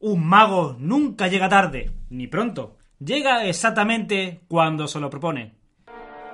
Un mago nunca llega tarde, ni pronto. Llega exactamente cuando se lo propone.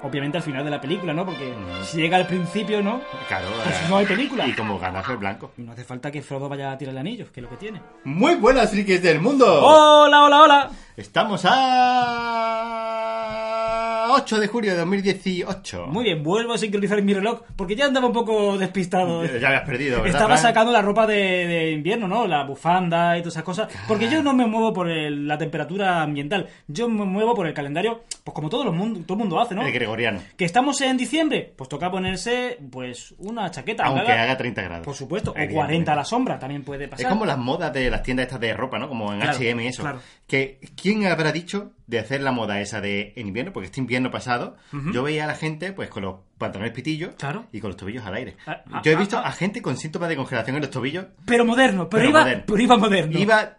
Obviamente al final de la película, ¿no? Porque si llega al principio, ¿no? Claro, Pues eh, no hay película. Mm. Y como ganas el blanco. No hace falta que Frodo vaya a tirar el anillo, que es lo que tiene. Muy buenas, frikis del mundo. ¡Hola, hola, hola! Estamos a 8 de julio de 2018. Muy bien, vuelvo a sincronizar mi reloj porque ya andaba un poco despistado. Ya habías perdido, ¿verdad, Estaba Fran? sacando la ropa de, de invierno, ¿no? La bufanda y todas esas cosas. Porque yo no me muevo por el- la temperatura ambiental. Yo me muevo por el calendario, pues como todo, los mundo, todo el mundo hace, ¿no? El gregoriano. Que estamos en diciembre, pues toca ponerse, pues, una chaqueta. Aunque ¿verdad? haga 30 grados. Por supuesto, o Evidentemente. 40 a la sombra, también puede pasar. Es como las modas de las tiendas estas de ropa, ¿no? Como en Claro, H&M y eso. claro. Que quién habrá dicho de hacer la moda esa de en invierno, porque este invierno pasado yo veía a la gente pues con los pantalones pitillos Claro. y con los tobillos al aire. Ah, ah, yo he ah, visto ah. a gente con síntomas de congelación en los tobillos, Pero moderno, pero, Pero iba, moderno. pero iba moderno. iba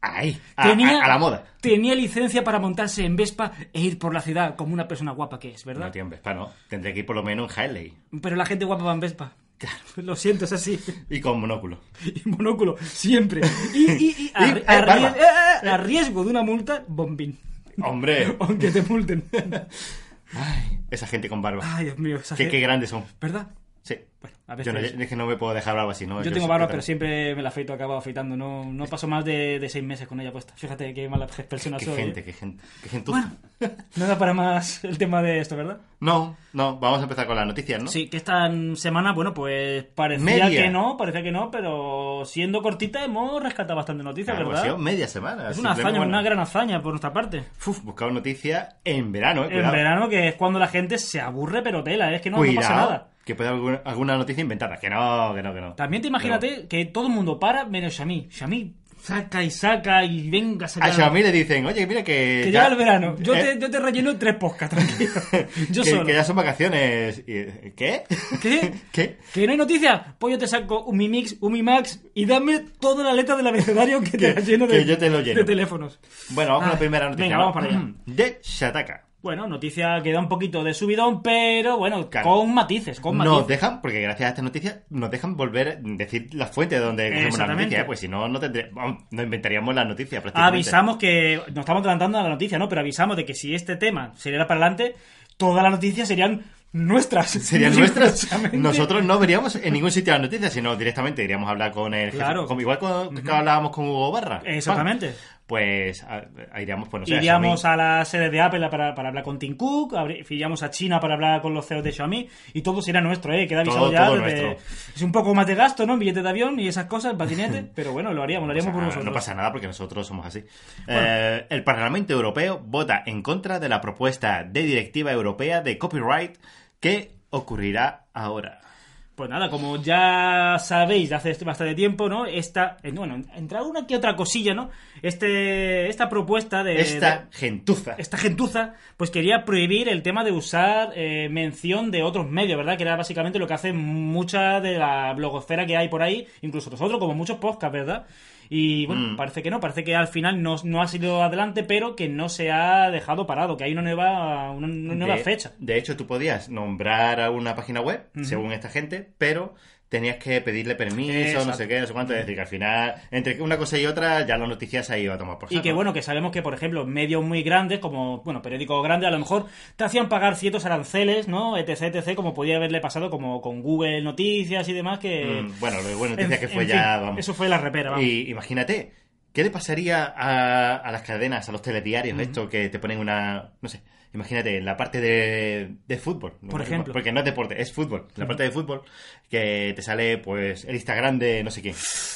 ahí, a, Tenía- a- a la moda. Tenía licencia para montarse en Vespa e ir por la ciudad como una persona guapa que es, ¿verdad? No, tío, en Vespa no. Tendré que ir por lo menos en Harley Pero la gente guapa va en Vespa. Lo siento, es así. y con monóculo. Y monóculo, siempre. Y, y- y a, Y, eh, a ries- barba. eh, eh, eh, a riesgo de una multa, bombín. ¡Hombre! Aunque te multen. Esa gente con barba. Ay, Dios mío. esa Qué, gente- qué grandes son. ¿Verdad? Sí. Bueno, a Yo no, veces- es que no me puedo dejar barba así, ¿no? Yo tengo barba, pero siempre siempre me la afeito, acabo afeitando. No, no paso más de, de seis meses con ella puesta. Fíjate qué mala persona Qué soy. ¿eh? gente, qué gente. Qué gente. Bueno, nada para más el tema de esto, ¿verdad? No, no, vamos a empezar con las noticias, ¿no? Sí, que esta semana, bueno, pues parecía Media. que no, parecía que no, pero siendo cortita hemos rescatado bastante noticias, Claro, ha ¿verdad? sido media semana. Es una simplemente, hazaña, bueno, una gran hazaña por nuestra parte. Uf, buscado noticias en verano, eh. En Ah, cuidado. verano, que es cuando la gente se aburre, pero tela, ¿eh? es que no, no Cuidado, pasa nada. Que puede haber alguna- alguna noticia inventada. Que no, que no, que no. También te imagínate que todo el mundo para, menos Xamí. Xamí saca y saca y venga a No. Ah, A sacar. Xiaomi le dicen, oye, mira que. Que ya- llega el verano. Yo, eh, te, yo te relleno tres podcasts, tranquilo. Yo que, solo. que ya son vacaciones. Y, eh, ¿Qué? ¿Qué? ¿Qué? ¿Que no hay noticias? Pues yo te saco un Mi Mix, un Mi Max y dame toda la letra del abecedario que te Que- la lleno de, que yo te lo lleno. de teléfonos. Bueno, vamos con Ay, la primera noticia. Ah, venga, ¿no? vamos para allá. De Shataka. Bueno, noticia que da un poquito de subidón, pero bueno, Claro. con matices, con matices. Nos dejan, porque gracias a esta noticia, nos dejan volver a decir la fuente de donde cogemos la Exactamente. noticia, ¿eh? pues si no, no tendré, vamos, no inventaríamos la noticia prácticamente. avisamos que nos estamos adelantando a la noticia, ¿no? Pero avisamos de que si este tema saliera para adelante, todas las noticias serían nuestras. serían nuestras. Curiosamente. Nosotros no veríamos en ningún sitio las noticias, sino directamente iríamos a hablar con el jefe. Claro. Como- igual con- que hablábamos con Hugo Barra. Exactamente. Juan. Pues a- a- iríamos, pues no sé, a iríamos Xiaomi. a la sede de Apple para, para hablar con Tim Cook, abri- iríamos a China para hablar con los CEOs de Xiaomi y todo será nuestro, ¿eh? Queda avisado Todo- ya. todo desde- nuestro. Es un poco más de gasto, ¿no? En billete de avión y esas cosas, patinete, pero bueno, lo haríamos, lo haríamos por No pasa nosotros. nada, No pasa nada porque nosotros somos así. Eh, el Parlamento Europeo vota en contra de la propuesta de directiva europea de copyright que ocurrirá ahora. Pues nada, como ya sabéis de hace bastante tiempo, ¿no? Esta, eh, bueno, entra una que otra cosilla, ¿no? Este, esta propuesta de... Esta de- gentuza. esta gentuza, pues quería prohibir el tema de usar eh, mención de otros medios, ¿verdad? Que era básicamente lo que hace mucha de la blogosfera que hay por ahí, incluso nosotros, como muchos podcasts, ¿verdad? Y Mm. bueno, parece que no, parece que al final no, no ha sido adelante, pero que no se ha dejado parado, que hay una nueva, una, una nueva de, fecha. De hecho, tú podías nombrar a una página web, según esta gente, pero tenías que pedirle permiso, no Exacto. sé qué, no sé cuánto. Es decir, que al final, entre que una cosa y otra, ya la noticia se iba a tomar por Y saco. que bueno, que sabemos que, por ejemplo, medios muy grandes, como, bueno, periódicos grandes, a lo mejor te hacían pagar ciertos aranceles, ¿no? Etc, etc, como podía haberle pasado como con Google Noticias y demás, que... Mm, bueno, lo de buena eh, noticia En- que fue en ya, fin, vamos. Eso fue la repera, vamos. Y imagínate, ¿qué le pasaría a, a las cadenas, a los telediarios, esto que te ponen una. No sé. Imagínate, en la parte de, de fútbol. ¿no? Por ejemplo. Porque no es deporte, es fútbol. En la parte de fútbol, que te sale, pues, el Instagram de no sé quién.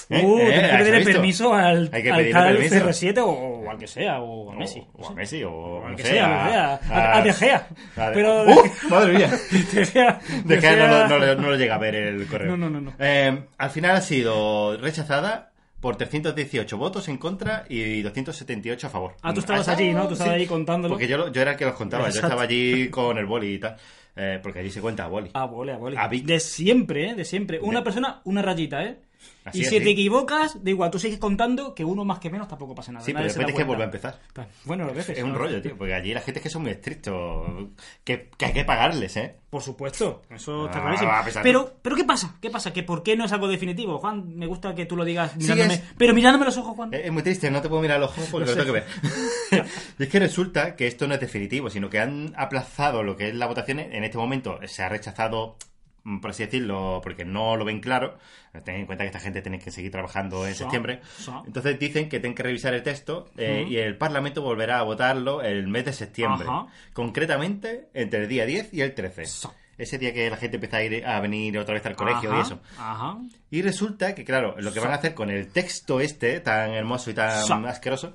¿Eh? Uh, ¿Eh? tienes que ¿Has pedirle visto? permiso al, Hay que al pedirle tal permiso. CR7 o, o al que sea, o a Messi. O, o a Messi, o, O al no que sé, sea, a, lo que sea. A- a De Gea. a De- Pero- ¡Uh! ¡Madre mía! De Gea- De De Gea no, Gea- lo- no lo- no lo llega a ver el correo. No, no, no, no. Eh, al final ha sido rechazada por 318 votos en contra y 278 a favor. Ah, tú estabas allí, ¿no? Tú estabas allí contándolo. Porque yo, lo- yo era el que los contaba, yo Exacto. estaba allí con el boli y tal. eh, porque allí se cuenta boli. Ah, A vole, a vole. A Vic. De siempre, ¿eh? De siempre. Una De- persona, una rayita, ¿eh? Así, y si así. te equivocas, da igual, tú sigues contando que uno más que menos tampoco pasa nada. Sí, pero nadie se después da tienes que volver a cuenta. empezar. Bueno, a veces. Es un ¿no? rollo, tío, porque allí la gente es que son muy estrictos, que, que hay que pagarles, ¿eh? Por supuesto, eso está Ah, clarísimo. va, a pesar de- Pero, pero ¿qué pasa? ¿Qué pasa? ¿Que por qué no es algo definitivo? Juan, me gusta que tú lo digas Sigues- mirándome. Pero mirándome los ojos, Juan. Es es muy triste, no te puedo mirar a los ojos porque lo, Lo tengo que ver. y es que resulta que esto no es definitivo, sino que han aplazado lo que es la votación. En este momento se ha rechazado, mm, por así decirlo, porque no lo ven claro. Ten en cuenta que esta gente tiene que seguir trabajando en Sí, septiembre. sí. Entonces dicen que tienen que revisar el texto eh, y el Parlamento volverá a votarlo el mes de septiembre. Ajá. Concretamente entre el día 10 y el 13. Sí. Ese día que la gente empieza a, ir, a venir otra vez al colegio Ajá, y eso. Ajá. Y resulta que, claro, lo que van a hacer con el texto este, tan hermoso y tan Sa- asqueroso,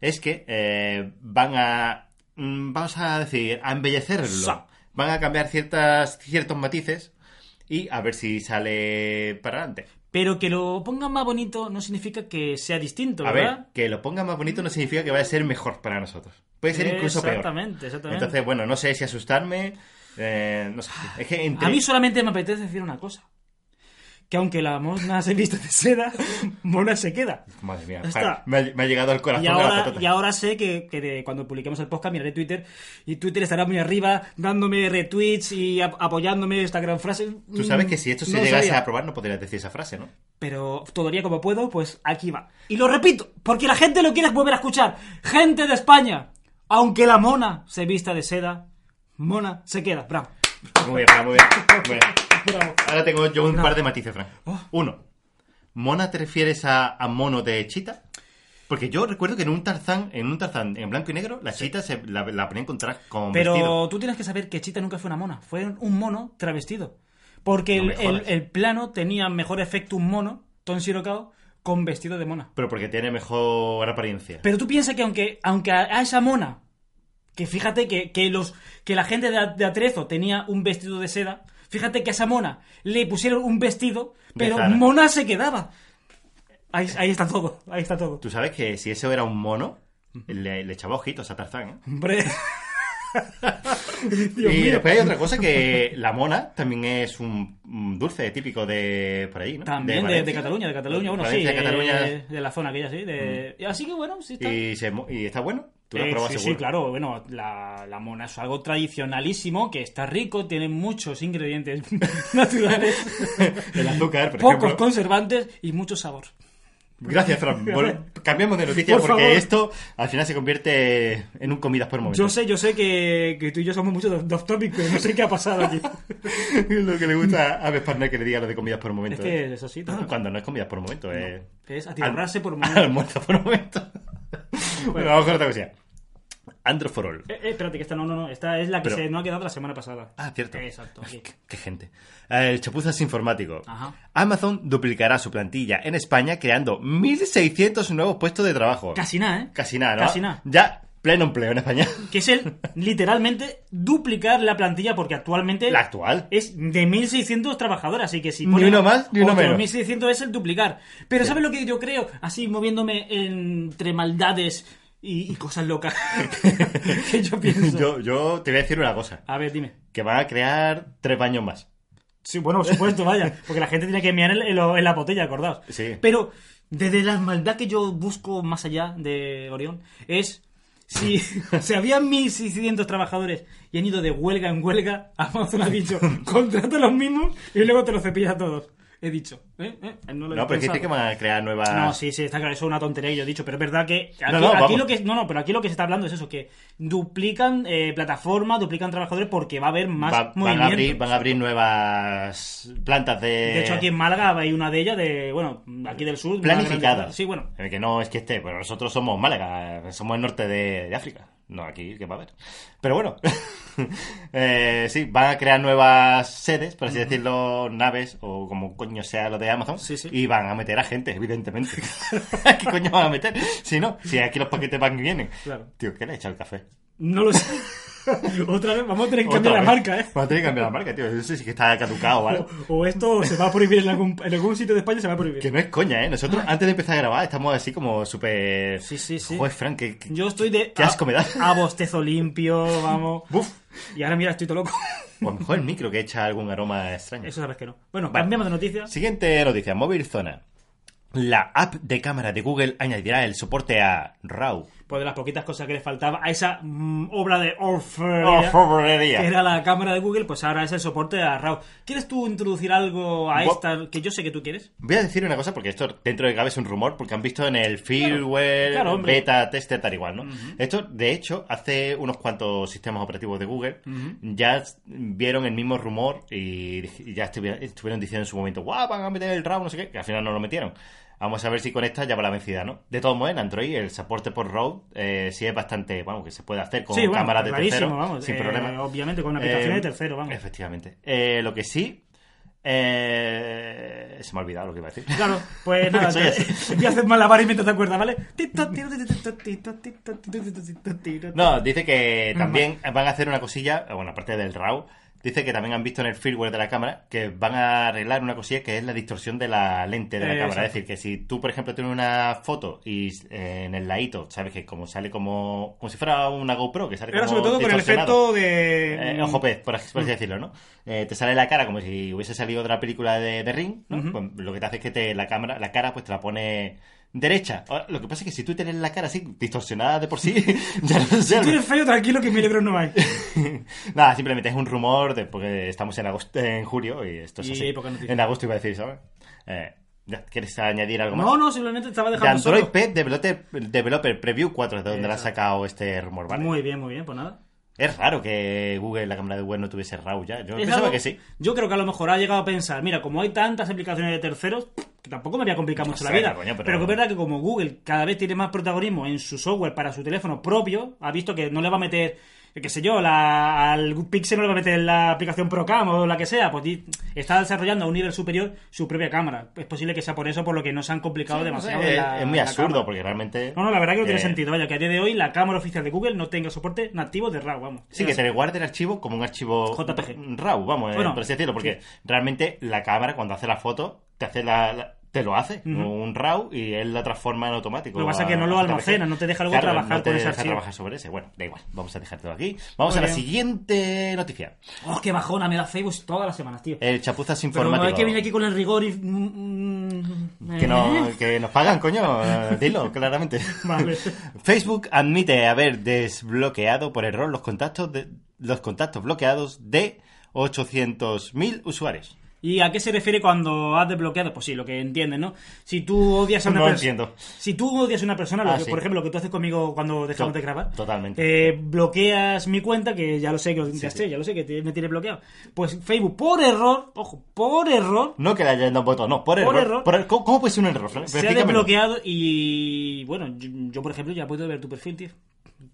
es que eh, van a. mm, Vamos a decir, a embellecerlo. Sa- Van a cambiar ciertas, ciertos matices y a ver si sale para adelante. Pero que lo pongan más bonito no significa que sea distinto, A ¿verdad? ver, que lo pongan más bonito no significa que vaya a ser mejor para nosotros. Puede ser incluso peor. Exactamente, exactamente. Entonces, bueno, no sé si asustarme. eh, no sé. Es que entre- Ah, A mí solamente me apetece decir una cosa. Que aunque la mona se vista de seda, mona se queda. Madre mía, Está. Juan, me ha, me ha llegado al corazón Y de la ahora, patata. y ahora sé que, que de- cuando publiquemos el podcast miraré Twitter y Twitter estará muy arriba dándome retweets y ap- apoyándome esta gran frase. Tú sabes que si esto se No lo llegase sabía. a aprobar no podrías decir esa frase, ¿no? Pero todavía como puedo, pues aquí va. Y lo repito, porque la gente lo quiere volver a escuchar. Gente de España, aunque la mona se vista de seda, mona se queda. Bravo. Muy bien, Fran, muy bien. Muy bien. Bravo. Ahora tengo yo un par de matices, Fran. Oh. Uno, ¿mona te refieres a, a mono de chita? Porque yo recuerdo que en un Tarzán, en un Tarzán en blanco y negro, la chita se la, la ponían con traje, con Pero vestido. tú tienes que saber que Chita nunca fue una mona, fue un mono travestido. Porque No el, me jodas. el- el plano tenía mejor efecto un mono, Ton Shirokao, con vestido de mona. Pero porque tiene mejor apariencia. Pero tú piensas que aunque, aunque a, a esa mona, que fíjate que, que los, que la gente de, A- de Atrezo tenía un vestido de seda, fíjate que a esa mona le pusieron un vestido, pero Zara. mona se quedaba. Ahí, ahí está todo, ahí está todo. Tú sabes que si eso era un mono, le, le echaba ojitos a Tarzán, ¿eh? Hombre. Dios y mío. después hay otra cosa que la mona también es un, un dulce típico de por ahí, ¿no? También de, de Valencia. Cataluña, de Cataluña, bueno, sí, eh, Valencia, de, Cataluña. Mm. de la zona aquella, sí. de- Así que bueno, sí está. Y, se mo- y está bueno. Tú lo has Eh, probado sí, sí, seguro. claro, bueno, la, la mona es algo tradicionalísimo, que está rico, tiene muchos ingredientes naturales, El azúcar, por pocos ejemplo. conservantes y mucho sabor. Gracias, Fran. Vol- Cambiamos de noticia Por porque favor. esto al final se convierte en un comidas por momento. Yo sé, yo sé que, que tú y yo somos mucho de off topic, pero no sé qué ha pasado aquí. lo que le gusta a Vesparner que le diga lo de comidas por es momento. ¿eh? que es así, ¿no? Cuando no es comidas por momento, es es atiborrarse por momentos. almuerzo por momento. bueno, vamos con otra cosa. Androforol. Eh, eh, espérate, que esta no, no, no, esta es la que Pero- se nos ha quedado la semana pasada. Ah, cierto. Exacto. aquí. Qué gente. Eh, El chapuzas informático. Ajá. Amazon duplicará su plantilla en España creando 1.600 nuevos puestos de trabajo. Casi nada, ¿eh? Casi nada, ¿no? Casi nada. Ya pleno empleo en España. Que es el, literalmente, duplicar la plantilla, porque actualmente... La actual. es de 1.600 trabajadores, así que si Ni ponen uno más, ni uno otro menos. 1.600 es el duplicar. Pero ¿sabes lo que yo creo? Así moviéndome entre maldades y, y cosas locas. que yo pienso. Yo, yo te voy a decir una cosa, A ver, dime. que van a crear tres baños más. Sí, bueno, por supuesto, vaya. Porque la gente tiene que mirar en, lo- en la botella, acordaos. Sí. Pero desde la maldad que yo busco más allá de Orión es... Si, si había 1.600 trabajadores y han ido de huelga en huelga, Amazon ha dicho, contrata a los mismos y luego te los cepillas a todos. He dicho. ¿Eh? ¿Eh? No, lo he No, pero es que este pensado. dice que van a crear nuevas... No, sí, sí, está claro, eso es una tontería que yo he dicho, pero es verdad que aquí, No, no, aquí vamos. lo que no, no, pero aquí lo que se está hablando es eso, que duplican eh, plataformas, duplican trabajadores porque va a haber más Va- van, movimiento. a abrir, van a abrir nuevas plantas de... De hecho, aquí en Málaga hay una de ellas de, bueno, aquí del sur. una Planificadas. grande- Sí, bueno. Eh, Que no es que esté, pero nosotros somos Málaga, somos el norte de, de África. No, aquí, que va a haber. Pero bueno, eh, sí, van a crear nuevas sedes, por así decirlo, naves o como coño sea lo de Amazon. Sí, sí. Y van a meter a gente, evidentemente. ¿Qué coño van a meter? Si no, si aquí los paquetes van y vienen. Claro. Tío, ¿qué le ha echado el café? No lo sé. Otra vez, vamos a tener que Otra cambiar la vez. marca, ¿eh? Vamos a tener que cambiar la marca, tío. Eso sí que está caducado, ¿vale? O, o esto se va a prohibir en algún, en algún sitio de España, se va a prohibir. Que no es coña, ¿eh? Nosotros antes de empezar a grabar estamos así como súper... Sí, sí, sí. Joder, Frank, qué, qué- Yo estoy de. qué asco me da. A, a bostezo limpio, vamos. Buf. Y ahora mira, estoy todo loco. O a lo mejor el micro que echa algún aroma extraño. Eso sabes que no. Bueno, Vale. cambiamos de noticias. Siguiente noticia, Móvil Zona. La app de cámara de Google añadirá el soporte a RAW. Pues de las poquitas cosas que le faltaba a esa mm, obra de orfebrería, que ¡Oh, era la cámara de Google, pues ahora es el soporte a RAW. ¿Quieres tú introducir algo a Bo- esta que yo sé que tú quieres? Voy a decir una cosa porque esto dentro de cabe es un rumor porque han visto en el firmware claro, hombre. beta tester tal igual, ¿no? Esto de hecho hace unos cuantos sistemas operativos de Google ya s- vieron el mismo rumor y dij- y ya estuvi- estuvieron diciendo en su momento, "Guau, van a meter el RAW, no sé qué", que al final no lo metieron. Vamos a ver si con esta ya va la vencida, ¿no? De todos modos, en Android el soporte por RAW eh, sí es bastante, vamos, que se puede hacer con Sí, bueno, cámaras de clarísimo, tercero vamos, sin eh, problema. obviamente, con aplicaciones Eh, de tercero, vamos. Efectivamente. Eh, lo que sí eh, se me ha olvidado lo que iba a decir. Claro, pues nada, Soy te- así. voy a hacer malabares mientras te acuerdas, ¿vale? Tito, tiro, tito, tito, tito, tito, tito, tito, tiro. No, dice que también van a hacer una cosilla, eh, bueno, aparte del RAW, dice que también han visto en el firmware de la cámara que van a arreglar una cosilla que es la distorsión de la lente de la Eh, cámara. Es exacto. decir, que si tú, por ejemplo, tienes una foto y eh, en el ladito, sabes que como sale como, como si fuera una GoPro, que sale Era como sobre todo con el distorsionado. efecto de... Eh, ojo pez, por así por así decirlo, ¿no? Eh, te sale la cara como si hubiese salido de la película de, de Ring, ¿no? Ujú. Pues lo que te hace es que te, la cámara, la cara, pues te la pone derecha. Ahora, lo que pasa es que si tú tienes la cara así, distorsionada de por sí, ya no sé. Tú eres feo, tranquilo, que milagros no hay. Nada, simplemente es un rumor de, porque estamos en agosto, en julio y esto es Y así. época noticia. en agosto iba a decir, ¿sabes? Eh, ya, ¿Quieres añadir algo No, más? no, simplemente te estaba de dejando Android solo. Pet Developer, Developer Preview 4 es de donde la ha Exacto. sacado este rumor, ¿vale? Muy bien, muy bien, pues nada. Es raro que Google, la cámara de web, no tuviese RAW ya. Yo Es pensaba algo- que sí. Yo creo que a lo mejor ha llegado a pensar, mira, como hay tantas aplicaciones de terceros, que tampoco me voy a complicar mucho la sé, vida. coño, pero... pero- que es verdad que como Google cada vez tiene más protagonismo en su software para su teléfono propio, ha visto que no le va a meter, qué sé yo, la- al Pixel no le va a meter la aplicación Procam o la que sea, pues di- está desarrollando a un nivel superior su propia cámara. Es posible que sea por eso por lo que no se han complicado demasiado. Eh, en la- es muy en la absurdo cámara. porque realmente. No, no, la verdad que no tiene eh, sentido. Vaya, que a día de hoy la cámara oficial de Google no tenga soporte nativo de RAW, vamos. Sí, Es que así. te guarde el archivo como un archivo JPG. RAW, vamos, eh, Bueno, por así decirlo, porque realmente la cámara cuando hace la foto te hace la, la- te lo hace Ujú. un RAW y él la transforma en automático. Lo que pasa a- es que no lo a JPG. almacena, no te deja luego Claro, trabajar no te con ese deja archivo. trabajar sobre ese. Bueno, da igual, vamos a dejar todo aquí. Vamos Muy a la bien. siguiente noticia. Oh, qué bajona, me da Facebook todas las semanas, tío. El chapuzas Pero informático. hay que venir aquí con el rigor y. mm, mm, Que, no- ¿eh? que nos pagan, coño, eh, dilo claramente. Vale. Facebook admite haber desbloqueado por error los contactos de, los contactos bloqueados de 800.000 usuarios. ¿Y a qué se refiere cuando has desbloqueado? Pues sí, lo que entiendes, ¿no? Si tú odias a una No pers- entiendo. Si tú odias a una persona, lo Ah, que- sí. por ejemplo, lo que tú haces conmigo cuando dejamos de grabar, Totalmente. eh, bloqueas mi cuenta, que ya lo sé, que lo- ya sí. sé, ya lo sé, que te- me tiene bloqueado. Pues Facebook, por error, ojo, por error, No que le hayan dado un botón, no, por error. error. por el- ¿cómo, cómo puede ser un error? Fran? se ha Explícamelo. desbloqueado y. Bueno, yo, yo, por ejemplo, ya puedo ver tu perfil, tío.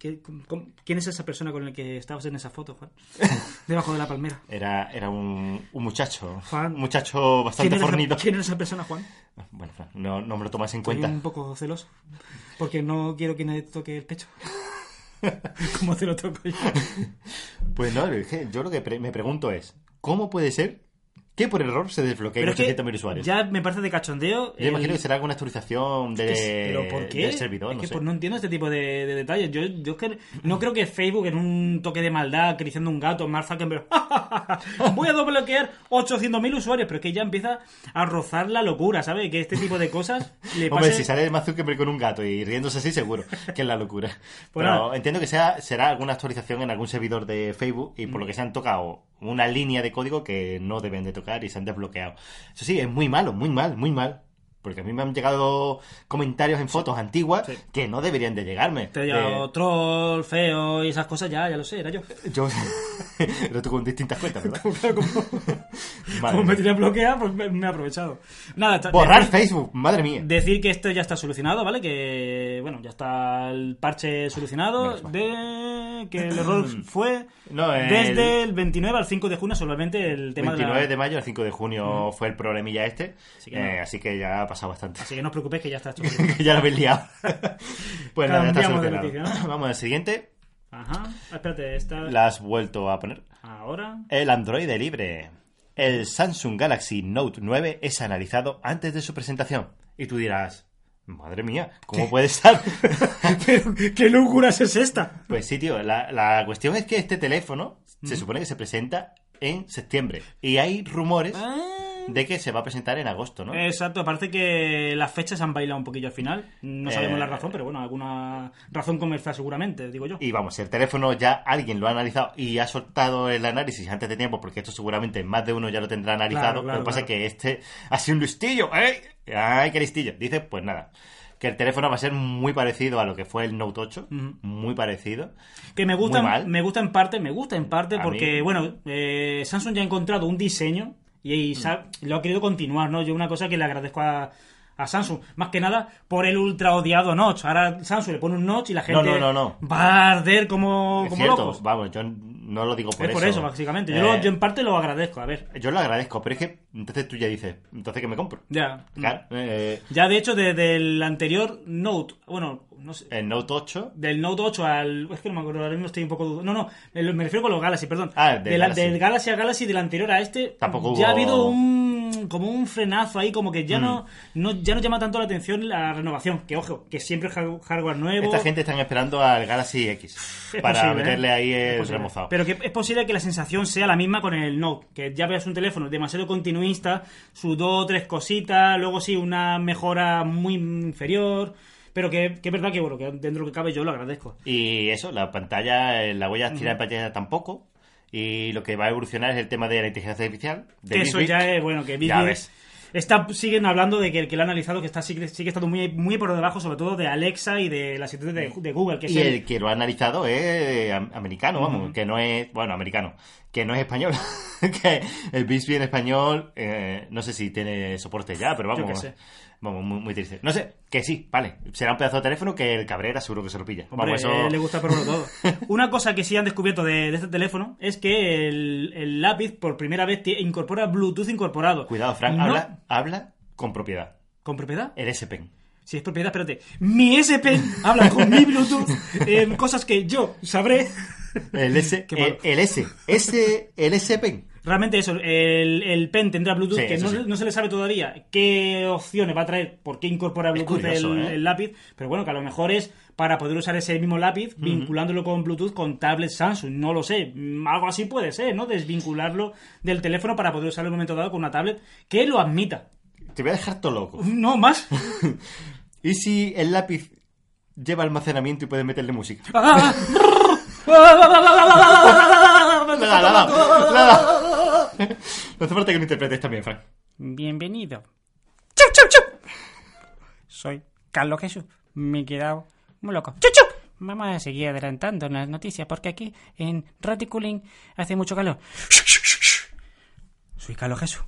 ¿Qué- cómo- ¿Quién es esa persona con la que estabas en esa foto, Juan? Debajo de la palmera. Era, era un, un muchacho. Juan. Un muchacho ¿Quién bastante era, fornido. esa, quién era esa persona, Juan? Bueno, Fran, no, no me lo tomas en Estoy cuenta. un poco celoso. Porque no quiero que nadie te toque el pecho. Como te lo toco yo. Pues no, es que yo lo que pre- me pregunto es: ¿cómo puede ser que por error se desbloqueen Pero es que 800.000 usuarios? ya me parece de cachondeo. Yo el- imagino que será alguna actualización de, Eh, es- ¿Pero por qué? del servidor, es no que sé. pues, no entiendo este tipo de, de detalles. Yo, yo es que no creo que Facebook, en un toque de maldad, acariciando un gato, Mark Zuckerberg, voy a desbloquear 800.000 usuarios. Pero es que ya empieza a rozar la locura, ¿sabes? Que este tipo de cosas le Hombre, pase... si sale más Zuckerberg con un gato y riéndose así, seguro que es la locura. Pues Pero nada. entiendo que sea, será alguna actualización en algún servidor de Facebook y por lo que se han tocado una línea de código que no deben de tocar y se han desbloqueado. Eso sí, es muy malo, muy mal, muy mal. Porque a mí me han llegado comentarios en fotos antiguas Sí. que no deberían de llegarme. Eh, Te ha De- llegado troll, feo y esas cosas, ya, ya lo sé, era yo. Yo lo toco en distintas cuentas, ¿verdad? Madre Como me mía. tenía bloqueada, pues me, me he aprovechado. Nada, ta- Borrar decir, Facebook, madre mía. decir que esto ya está solucionado, ¿vale? Que, bueno, ya está el parche solucionado. Menos mal. De que el error fue No, el- desde el 29 al 5 de junio solamente el tema de 29 la... de mayo al 5 de junio fue el problemilla este. Así que no. Eh, así que ya ha pasado bastante. Así que no os preocupéis que ya está esto. ya lo habéis liado. pues nada, ya está Cambiamos de solucionado. noticia, Vamos al siguiente. Ajá. Ah, espérate, esta. La has vuelto a poner. Ahora. El Android libre. El Samsung Galaxy Note 9 es analizado antes de su presentación. Y tú dirás, madre mía, ¿cómo puede estar? Pero, ¿qué locuras es esta? Pues sí, tío, la, la cuestión es que este teléfono se supone que se presenta en septiembre. Y hay rumores Ah. de que se va a presentar en agosto, ¿no? Eh, Exacto, parece que las fechas han bailado un poquillo al final. No sabemos Eh, la razón, pero bueno, alguna razón comercial seguramente, digo yo. Y vamos, el teléfono ya alguien lo ha analizado y ha soltado el análisis antes de tiempo, porque esto seguramente más de uno ya lo tendrá Claro, analizado. claro, lo que pasa claro. es que este ha sido un listillo, ¿eh? ¡Ay, qué listillo! Dice, pues nada, que el teléfono va a ser muy parecido a lo que fue el Note 8, Ujú. muy parecido. Que me gusta, Muy mal. me gusta en parte, me gusta en parte A porque, mí- bueno, eh, Samsung ya ha encontrado un diseño y, y Mm. sa- lo ha querido continuar, ¿no? Yo una cosa que le agradezco a, a Samsung, más que nada por el ultra odiado notch. Ahora Samsung le pone un notch y la gente no, no, no. va a arder como, Es como cierto, locos. vamos, yo no lo digo por es eso. por eso, básicamente. Yo, lo- Eh, yo em- en parte lo agradezco, a ver. yo lo agradezco, pero es que entonces tú ya dices, entonces ¿qué me compro? Ya. Claro, eh, Ya, de hecho, desde el anterior Note, bueno, no sé, el Note 8 del Note 8 al. Es que no me acuerdo, ahora mismo estoy un poco. dudo- No, no, el- me refiero con los Galaxy, perdón. Ah, del De la- Galaxy. del Galaxy a Galaxy, del anterior a este. Tampoco hubo- Ya ha habido un. Como un frenazo ahí, como que ya no, Mm. no ya no llama tanto la atención la renovación. Que ojo, que siempre es har- hardware nuevo. Esta gente están esperando al Galaxy X es para posible, ¿eh? meterle ahí Es el posible. remozado. Pero que es posible que la sensación sea la misma con el Note, que ya veas un teléfono demasiado continuista, sus dos o tres cositas, luego sí una mejora muy inferior, pero que, que es verdad que bueno, que dentro de lo que cabe yo lo agradezco. Y eso, la pantalla, eh, la huella activa de pantalla tampoco. Y lo que va a evolucionar es el tema de la inteligencia artificial. De Que eso Big ya Big. es bueno, que Ya Bill ves. está siguen hablando de que el que lo ha analizado que está sigue, sigue estando muy muy por debajo sobre todo de Alexa y de la asistente de, de Google, que es Y el- el que lo ha analizado es eh, am- americano, vamos, que no es, bueno, americano, que no es español. que el Bixby en español, eh, no sé si tiene soporte ya, pero Yo vamos, qué sé. vamos muy, muy triste. No sé, que sí, vale, será un pedazo de teléfono que el Cabrera seguro que se lo pilla. Hombre, vamos, eh, le gusta probarlo todo. Una cosa que sí han descubierto de, de este teléfono es que el, el lápiz por primera vez tie- incorpora Bluetooth incorporado. Cuidado, Frank, No- habla, habla con propiedad. ¿Con propiedad? El S-Pen. Si es propiedad, espérate. Mi SP habla con mi Bluetooth en cosas que yo sabré. El S, Qué malo. el, el S, S, el S-Pen. Realmente eso, el, el Pen tendrá Bluetooth, Sí, que eso no, sí. no se le sabe todavía qué opciones va a traer, por qué incorpora Bluetooth curioso, el, ¿eh? el lápiz, pero bueno, que a lo mejor es para poder usar ese mismo lápiz vinculándolo con Bluetooth con tablet Samsung, no lo sé, Mm, algo así puede ser, ¿no? Desvincularlo del teléfono para poder usarlo en un momento dado con una tablet que lo admita. Te voy a dejar todo loco. No, más. ¿Y si el lápiz lleva almacenamiento y puedes meterle música? Nada, nada, nada. No hace falta que lo interpretes también, Frank. Bienvenido. ¡Chup, chup, chup! Soy Carlos Jesús. Me he quedado muy loco. ¡Chup, chup! Vamos a seguir adelantando las noticias porque aquí en Raticulín hace mucho calor. Soy Carlos Jesús.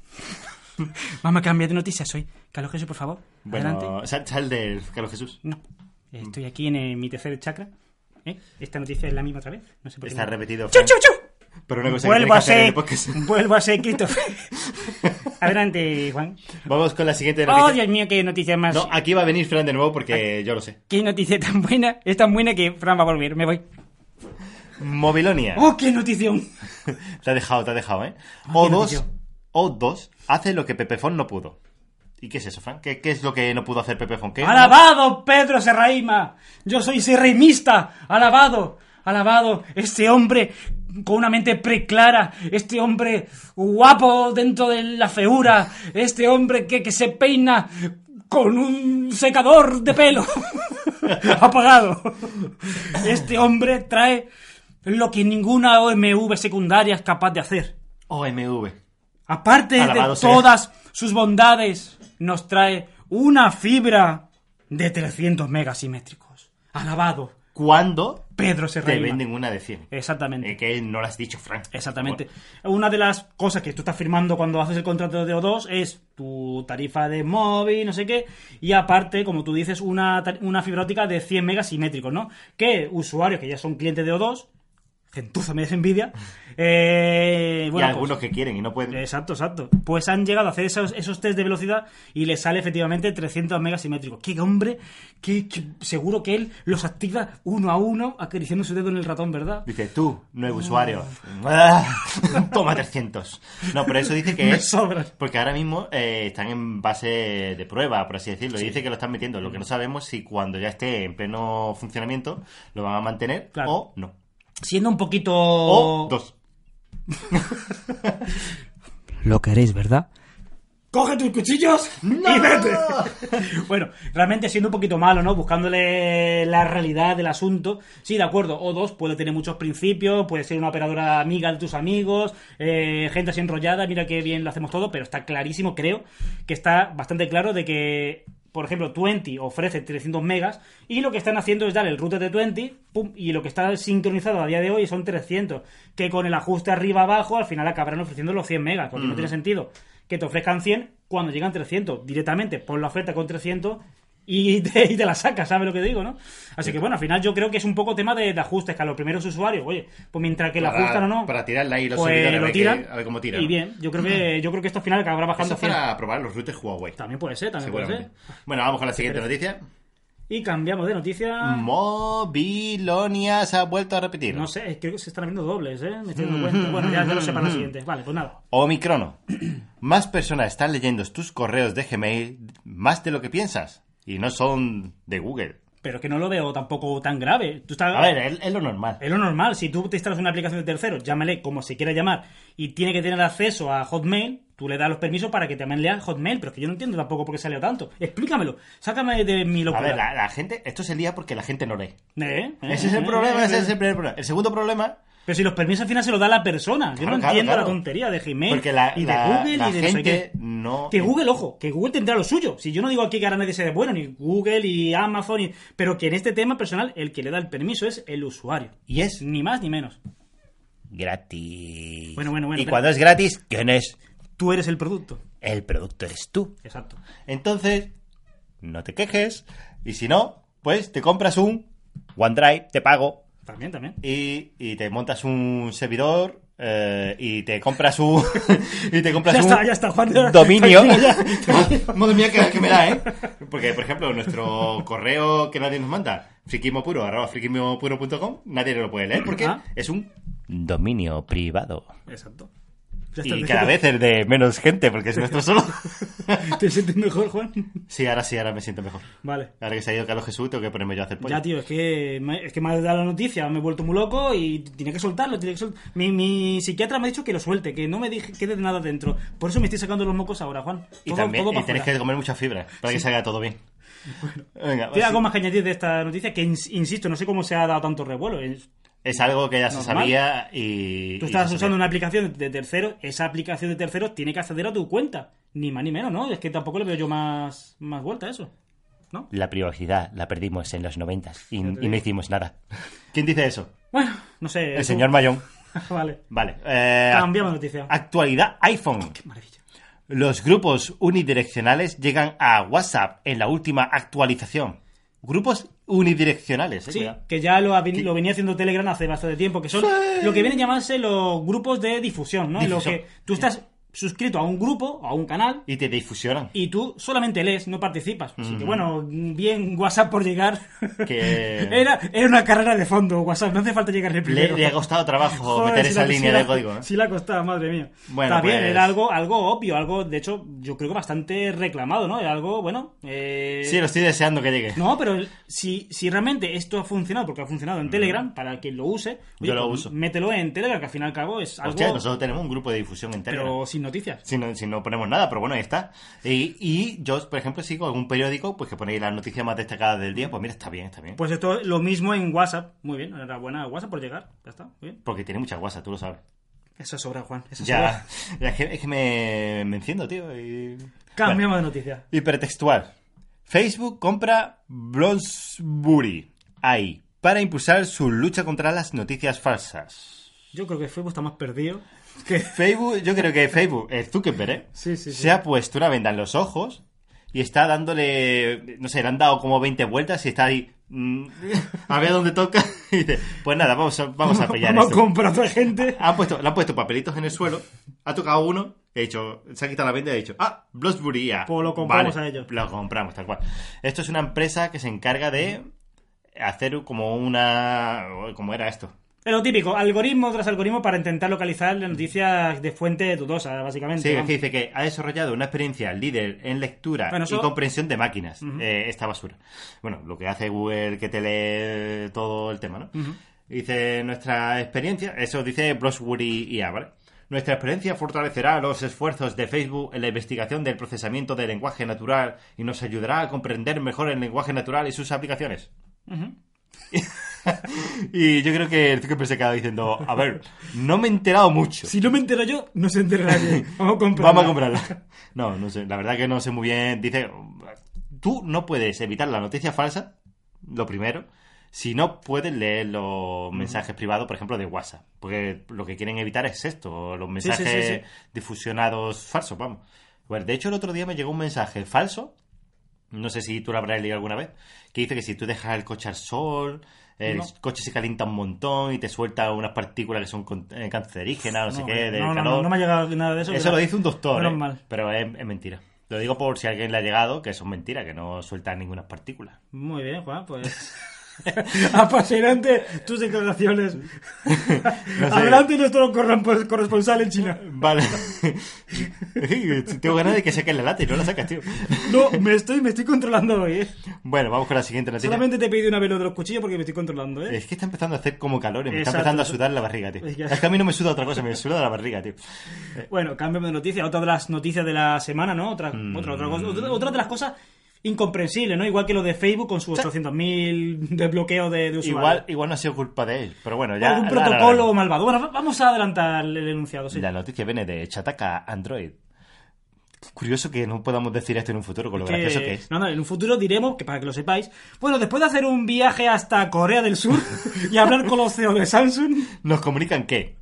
Vamos a cambiar de noticias. Soy Carlos Jesús, por favor. Adelante. Bueno, sa- sal del Carlos Jesús. No. Estoy aquí en eh, mi tercer chakra. ¿Eh? Esta noticia es la misma otra vez. No sé por qué. Está me- repetido, ¡Chup, Frank. chup, chup! Pero una cosa que Vuelvo tienes que a hacer en el ser. podcast. Vuelvo a ser Christopher. Adelante, Juan. Vamos con la siguiente Oh, noticia. Dios mío, qué noticia más. No, aquí va a venir Fran de nuevo porque yo lo sé. Qué noticia tan buena. Es tan buena que Fran va a volver. Me voy. Mobilonia. ¡Oh, Ah, qué notición! Te ha dejado, te ha dejado, ¿eh? qué O2, noticia. O2 hace lo que Pepefon no pudo. ¿Y qué es eso, Frank? ¿Qué, qué es lo que no pudo hacer Pepefon? ¿Qué? Alabado Pedro Serraima. Yo soy serraimista. Alabado, alabado. Este hombre con una mente preclara. Este hombre guapo dentro de la feura. Este hombre que, que se peina con un secador de pelo apagado. Este hombre trae lo que ninguna OMV secundaria es capaz de hacer. OMV. Aparte Alabado de sea. todas sus bondades, nos trae una fibra de 300 megasimétricos. Alabado, ¿Cuándo Pedro te Serraima. venden una de 100? Exactamente. Eh, que no lo has dicho, Frank. Exactamente. Una de las cosas que tú estás firmando cuando haces el contrato de O2 es tu tarifa de móvil, no sé qué, y aparte, como tú dices, una, tar- una fibra óptica de 100 megas simétricos, ¿no? Que usuarios que ya son clientes de O2 gentuza, me des envidia. Eh, bueno, y pues- algunos que quieren y no pueden. Exacto, exacto. Pues han llegado a hacer esos, esos test de velocidad y le sale efectivamente 300 megas simétricos. ¡Qué hombre! Que, que seguro que él los activa uno a uno acariciando su dedo en el ratón, ¿verdad? Dice, tú, nuevo usuario. Ah, Toma 300. No, pero eso dice que Me es... sobran. Porque ahora mismo eh, están en base de prueba, por así decirlo. Y dice que lo están metiendo. Lo que no Mm. sabemos si cuando ya esté en pleno funcionamiento lo van a mantener Claro. o no. Siendo un poquito... O Oh, dos. Lo queréis, ¿verdad? ¡Coge tus cuchillos y vete! bueno, realmente siendo un poquito malo, ¿no? Buscándole la realidad del asunto. Sí, de acuerdo. O2 puede tener muchos principios, puede ser una operadora amiga de tus amigos, eh, gente así enrollada, mira qué bien lo hacemos todo, pero está clarísimo, creo, que está bastante claro de que... Por ejemplo, 20 ofrece 300 megas y lo que están haciendo es dar el router de 20 pum, y lo que está sincronizado a día de hoy son 300, que con el ajuste arriba-abajo al final acabarán ofreciendo los 100 megas, porque no tiene sentido que te ofrezcan 100 cuando llegan 300 directamente. Pon la oferta con 300 y te, y te la sacas, ¿sabes lo que digo, no? Así que bueno, al final yo creo que es un poco tema de, de ajustes, que a los primeros usuarios, oye, pues mientras que la Para- ajustan o no, para tirarla ahí los pues servidores, a lo ver qué- tiran. a ver cómo tira, Y ¿no? bien, yo creo que, yo creo que esto al final acabará bajando Eso 100. para probar los routers Huawei. También puede ser, también puede ser. Seguramente. Bueno, vamos con la siguiente noticia. Y cambiamos de noticia. Mm. Mobilonia se ha vuelto a repetir. No sé, creo que se están viendo dobles, ¿eh? Me estoy dando Mm. cuenta. Bueno, ya, ya lo sé para la siguiente. Vale, pues nada. Omicrono. más personas están leyendo tus correos de Gmail más de lo que piensas. Y no son de Google. Pero que no lo veo tampoco tan grave. Tú estás... A ver, eh. es, es lo normal. Es lo normal, si tú te instalas una aplicación de terceros, llámale como se quiera llamar, y tiene que tener acceso a Hotmail, tú le das los permisos para que también leas Hotmail, pero es que yo no entiendo tampoco por qué salió tanto. Explícamelo, sácame de mi A locura. ver, la, la gente, esto se lía porque la gente no lee. ¿Eh? ¿Eh? Ese es el ¿Eh? problema, ¿Eh? ese es el primer problema. El segundo problema, Pero si los permisos al final se los da la persona, yo Claro, no claro, entiendo claro. la tontería de Gmail porque la, y de la- Google la y de no sé gente qué. no... Que Google, ojo, que Google tendrá lo suyo. Si yo no digo aquí que ahora nadie se dé bueno, ni Google y Amazon, y- pero que en este tema personal el que le da el permiso es el usuario. Y es Ni más ni menos. gratis. Bueno, bueno, bueno, Y pero- cuando es gratis, ¿quién es? Tú eres el producto. El producto eres tú. Exacto. Entonces, no te quejes. Y si no, pues te compras un OneDrive, te pago. También, también. Y, y te montas un servidor. eh, y te compras un. y te compras Ya un está, ya está, Juan. Dominio. Tranquilo, Ah, Madre mía, que, que me da, ¿eh? Porque, por ejemplo, nuestro correo que nadie nos manda, friquismopuro, arroba friquismopuro.com, nadie lo puede leer porque Ah. es un dominio privado. Exacto. Ya Y está, cada vez es de menos gente porque es nuestro solo. ¿Te sientes mejor, Juan? sí, ahora sí, ahora me siento mejor. Vale. Ahora que se ha ido Carlos Jesús, tengo que ponerme yo a hacer pollo. Ya, tío, es que, me, es que me ha dado la noticia, me he vuelto muy loco y tiene que soltarlo. Tiene que sol- mi, mi psiquiatra me ha dicho que lo suelte, que no me dije, quede nada dentro. Por eso me estoy sacando los mocos ahora, Juan. Todo, y también todo y para tenés afuera. que comer mucha fibra para que salga todo bien. Venga, pues, Tiene así- algo más que añadir de esta noticia que, ins- insisto, no sé cómo se ha dado tanto revuelo. Es- es algo que ya se Normal. sabía y... Tú y estás se usando sabía. una aplicación de terceros, esa aplicación de terceros tiene que acceder a tu cuenta. Ni más ni menos, ¿no? Es que tampoco le veo yo más, más vuelta a eso. ¿No? La privacidad la perdimos en los noventas y, y no hicimos nada. ¿Quién dice eso? Bueno, no sé. El tú. señor Mayón. vale. Vale. eh, Cambiamos de noticia. Actualidad iPhone. Maravilla. Los grupos unidireccionales llegan a WhatsApp en la última actualización. Grupos unidireccionales. eh, Sí, cuidado. que ya lo, ha vin- lo venía haciendo Telegram hace bastante tiempo, que son lo que vienen a llamarse los grupos de difusión, ¿no? En Lo Difusión. que tú estás suscrito a un grupo, a un canal, Y te difusionan. y tú solamente lees, no participas. Así que bueno, bien WhatsApp por llegar. Que- era, era una carrera de fondo WhatsApp, no hace falta llegar de Le, primero. le ha costado trabajo Joder, meter si esa la- línea si la- de código. ¿eh? Si la costaba, madre mía. Bueno, Está bien, pues- era algo, algo obvio, algo, de hecho, yo creo que bastante reclamado, ¿no? Era algo, bueno. eh, Sí, lo estoy deseando que llegue. No, pero el- si, si realmente esto ha funcionado, porque ha funcionado en Telegram, para quien lo use, Yo lo pues uso. mételo en Telegram, que al fin y al cabo es algo. Hostia, nosotros tenemos un grupo de difusión entero. pero sin noticias. Si no, si no ponemos nada, pero bueno, ahí está. Y, y yo, por ejemplo, sigo algún periódico pues que ponéis las noticias más destacadas del día. Pues mira, está bien, está bien. Pues esto es lo mismo en WhatsApp. Muy bien, enhorabuena WhatsApp por llegar. Ya está, muy bien. Porque tiene mucha guasa, tú lo sabes. Eso sobra, Juan. Eso sobra. Ya, ya es que, es que me, me enciendo, tío. Y... Cambiamos de noticia. Bueno, hipertextual. Facebook compra Bloomsbury. Ahí. Para impulsar su lucha contra las noticias falsas. Yo creo que Facebook está más perdido que. Facebook, yo creo que Facebook, el Zuckerberg, ¿eh? Sí, sí, sí. se ha puesto una venda en los ojos y está dándole, no sé, le han dado como 20 vueltas y está ahí mm, a ver dónde toca y dice, pues nada, vamos a, vamos a pillar Vamos a esto. comprar otra gente. Han puesto, le han puesto papelitos en el suelo, ha tocado uno, he dicho, se ha quitado la venda y ha dicho, ah, Bloomsbury, ah, Pues lo compramos a ellos. Lo compramos, tal cual. Esto es una empresa que se encarga de hacer como una... ¿Cómo era esto? Es lo típico, algoritmo tras algoritmo para intentar localizar las noticias de fuente dudosa, básicamente. Sí, es vamos. que dice que ha desarrollado una experiencia líder en lectura Bueno, eso- y comprensión de máquinas, eh, esta basura. Bueno, lo que hace Google que te lee todo el tema, ¿no? Dice, nuestra experiencia, eso dice Brosbury IA, ¿vale? Nuestra experiencia fortalecerá los esfuerzos de Facebook en la investigación del procesamiento del lenguaje natural y nos ayudará a comprender mejor el lenguaje natural y sus aplicaciones. y yo creo que el Zuckerberg se queda diciendo, a ver, no me he enterado mucho. Si no me entero yo, no se entera nadie. Vamos a comprar. Vamos a comprarla. No, no sé. La verdad que no sé muy bien. Dice, tú no puedes evitar la noticia falsa, lo primero, si no puedes leer los mensajes privados, por ejemplo, de WhatsApp. Porque lo que quieren evitar es esto, los sí, sí, mensajes difusionados falsos, vamos. Bueno, de hecho, el otro día me llegó un mensaje falso, no sé si tú lo habrás leído alguna vez, que dice que si tú dejas el coche al sol... El No. coche se calienta un montón y te suelta unas partículas que son con- eh, cancerígenas, no, sé qué, del no, no, calor. no, no me ha llegado nada de eso. Eso pero- lo dice un doctor. Menos ¿eh? mal. Pero es, es mentira. Lo digo por si a alguien le ha llegado, que eso es mentira, que no sueltan ninguna partícula. Muy bien, Juan, pues. Apasionante tus declaraciones. sé. Adelante nuestro corran- corresponsal en China. Vale. Tengo ganas de que saquen la lata y no la sacas, tío. No, me estoy, me estoy controlando hoy, eh. Bueno, vamos con la siguiente noticia. Solamente te he pedido una vez lo de los cuchillos porque me estoy controlando, eh. Es que está empezando a hacer como calor, y me Exacto. está empezando a sudar la barriga, tío. Es que- Es que a mí no me suda otra cosa, me suda la barriga, tío. Bueno, cambio de noticia. Otra de las noticias de la semana, ¿no? Otra, Mm. otra, otra, cosa- otra- otra de las cosas incomprensibles, ¿no? Igual que lo de Facebook con sus 800.000 desbloqueos de, de usuarios. Igual, igual no ha sido culpa de él, pero bueno, ya. Algún la- la- la- protocolo malvado. Bueno, vamos a adelantar el enunciado, sí. La noticia viene de Chataka Android. Curioso que no podamos decir esto en un futuro, con lo que- gracioso que es. No, no, en un futuro diremos, que para que lo sepáis, bueno, después de hacer un viaje hasta Corea del Sur y hablar con los CEO de Samsung, nos comunican que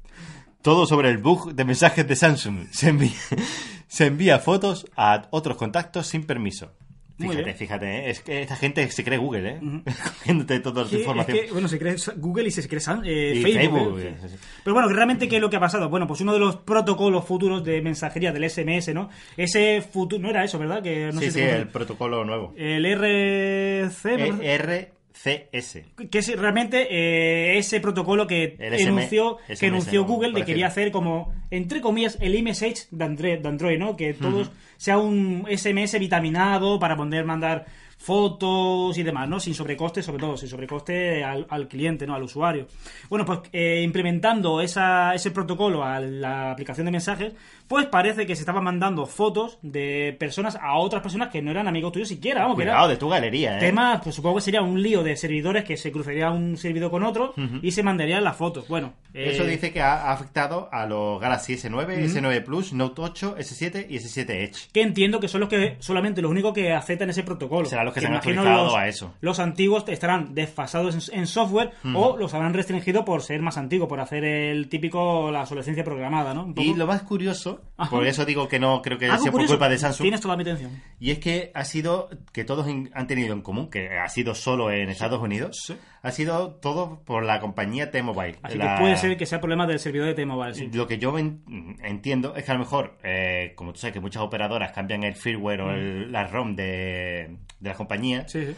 todo sobre el bug de mensajes de Samsung se envía, se envía fotos a otros contactos sin permiso. Muy Fíjate, bien. fíjate, ¿eh? es que esta gente se cree Google, ¿eh? Cogiéndote toda que- tu información. es que, bueno, se cree Sa- Google y se cree Sam- eh, Y Facebook. Facebook, ¿eh? sí, sí. Pero bueno, que realmente, ¿qué es lo que ha pasado? Bueno, pues uno de los protocolos futuros de mensajería del SMS, ¿no? Ese futuro, no era eso, ¿verdad? Que no sí, sé Eh, si sí, conoce- el protocolo nuevo. E el RC, me parece. ERCS. que es realmente eh, ese protocolo que El SM, enunció, que SMS, enunció ¿no? Google de Parecido. quería hacer como, entre comillas, el iMessage de Android, de Android ¿no? Que todos sea un SMS vitaminado para poder mandar fotos y demás, ¿no? Sin sobrecoste, sobre todo, sin sobrecoste al, al cliente, ¿no? Al usuario. Bueno, pues eh, implementando esa, ese protocolo a la aplicación de mensajes, pues parece que se estaban mandando fotos de personas a otras personas que no eran amigos tuyos siquiera, vamos, que era- Cuidado de tu galería, ¿eh? tema, pues supongo que sería un lío de servidores que se cruzaría un servidor con otro y se mandarían las fotos. Bueno, eh, Eso dice que ha ha afectado a los Galaxy S9, S9 Plus, Note 8, S7 y S7 Edge. que entiendo que son los que solamente los únicos que aceptan ese protocolo. Serán los que se han imagino actualizado los- a eso. Los antiguos estarán desfasados en, en software o los habrán restringido por ser más antiguos, por hacer el típico la obsolescencia programada, ¿no? Un Y poco. lo más curioso, Ajá. por eso digo que no creo que Algo sea por curioso, culpa de Samsung, Tienes toda mi atención. Y es que ha sido, que todos en- han tenido en común, que ha sido solo en Estados Unidos, ha sido todo por la compañía T-Mobile. Así La- que puede ser que sea problema del servidor de T-Mobile. sí. Lo que yo en- entiendo es que a lo mejor, eh, como tú sabes que muchas operadoras cambian el firmware Mm. o el- la ROM de, de la compañía, Sí, sí.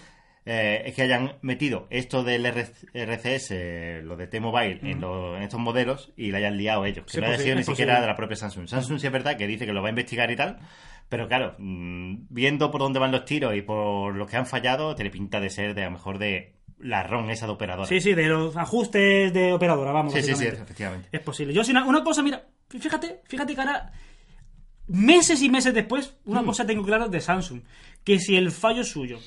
eh, es que hayan metido esto del RC RCS, lo de T-Mobile, en, lo- en estos modelos y la hayan liado ellos. Que Sí, no haya posi- sido ni es posible. siquiera de la propia Samsung. Samsung sí es verdad que dice que lo va a investigar y tal, pero claro, mm, viendo por dónde van los tiros y por los que han fallado, tiene pinta de ser de a lo mejor de la ROM esa de operadora. Sí, sí, de los ajustes de operadora, vamos. sí, sí, sí, básicamente. efectivamente. Es posible. Yo sí, una, una cosa, mira, fíjate, fíjate que ahora, meses y meses después, Hmm. una cosa tengo clara de Samsung, que si el fallo es suyo,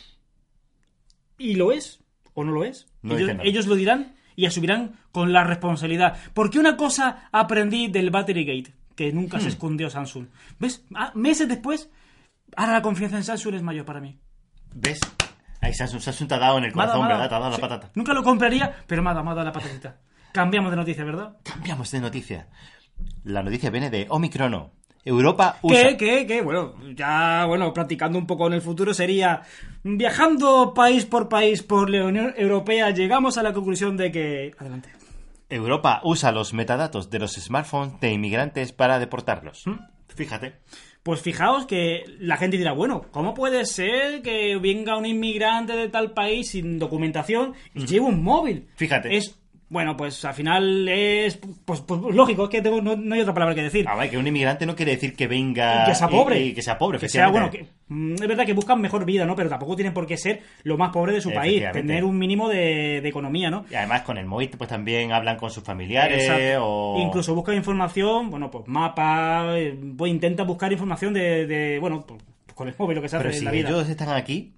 y lo es, o no lo es, No ellos, dicen nada. ellos lo dirán y asumirán con la responsabilidad. Porque una cosa aprendí del Battery Gate, que nunca Hmm. se escondió Samsung. ¿Ves? Ah, meses después, ahora la confianza en Samsung es mayor para mí. ¿Ves? Ahí Samsung, Samsung te ha dado en el Me ha dado- corazón, me ha ¿verdad? Te ha dado sí. la patata. Nunca lo compraría, pero me ha dado, me ha dado la patatita. Cambiamos de noticia, ¿verdad? Cambiamos de noticia. La noticia viene de Omicrono. Europa usa. Que, que, que, bueno, ya, bueno, practicando un poco en el futuro sería viajando país por país por la Unión Europea, llegamos a la conclusión de que. Adelante. Europa usa los metadatos de los smartphones de inmigrantes para deportarlos. ¿Mm? Fíjate. Pues fijaos que la gente dirá, bueno, ¿cómo puede ser que venga un inmigrante de tal país sin documentación y lleve un móvil? Fíjate. Es. Bueno, pues al final es. Pues, pues, lógico, es que tengo- no, no hay otra palabra que decir. A ver, que un inmigrante no quiere decir que venga. Y que sea pobre. Ah, Y, y que sea pobre, Que sea, bueno, efectivamente. que, mm, es verdad que buscan mejor vida, ¿no? Pero tampoco tienen por qué ser lo más pobre de su país. Efectivamente. Tener un mínimo de, de economía, ¿no? Y además con el móvil, pues también hablan con sus familiares Exacto. o. Incluso buscan información, bueno, pues mapas, eh, pues intenta buscar información de, de, bueno, pues, con el móvil lo que se hace Pero en si la vida. ellos están aquí,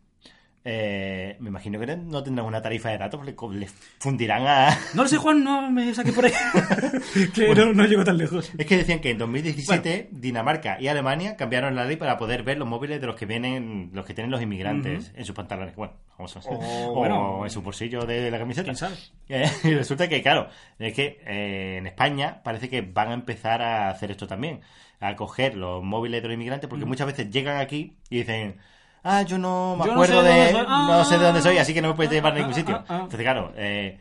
eh, me imagino que no tendrán una tarifa de datos, le, co- le fundirán a. No lo sé, Juan, no me saqué por ahí. que no, no llego tan lejos. Pues, Es que decían que en 2017 Dinamarca y Alemania cambiaron la ley para poder ver los móviles de los que vienen, los que tienen los inmigrantes en sus pantalones. Bueno, vamos a hacer. O, O bueno, en su bolsillo de la camiseta. ¿Quién sabe? Eh, y resulta que, claro, es que eh, en España parece que van a empezar a hacer esto también, a coger los móviles de los inmigrantes, porque muchas veces llegan aquí y dicen, ah, yo no me Mm. Yo no acuerdo sé de de, dónde soy. no sé de dónde soy, Ah, así que no me puedes ah, llevar a ah, ningún ah, sitio. ah, ah. Entonces, claro, eh,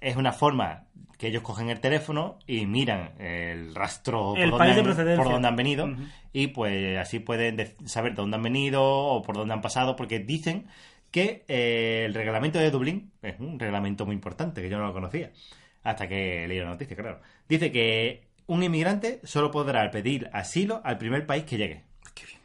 es una forma que ellos cogen el teléfono y miran el rastro El por, país de dónde han, procedencia. por dónde han venido Ujú. y pues así pueden de- saber dónde han venido o por dónde han pasado porque dicen que eh, el reglamento de Dublín es un reglamento muy importante que yo no lo conocía hasta que leí la noticia, claro. Dice que un inmigrante solo podrá pedir asilo al primer país que llegue.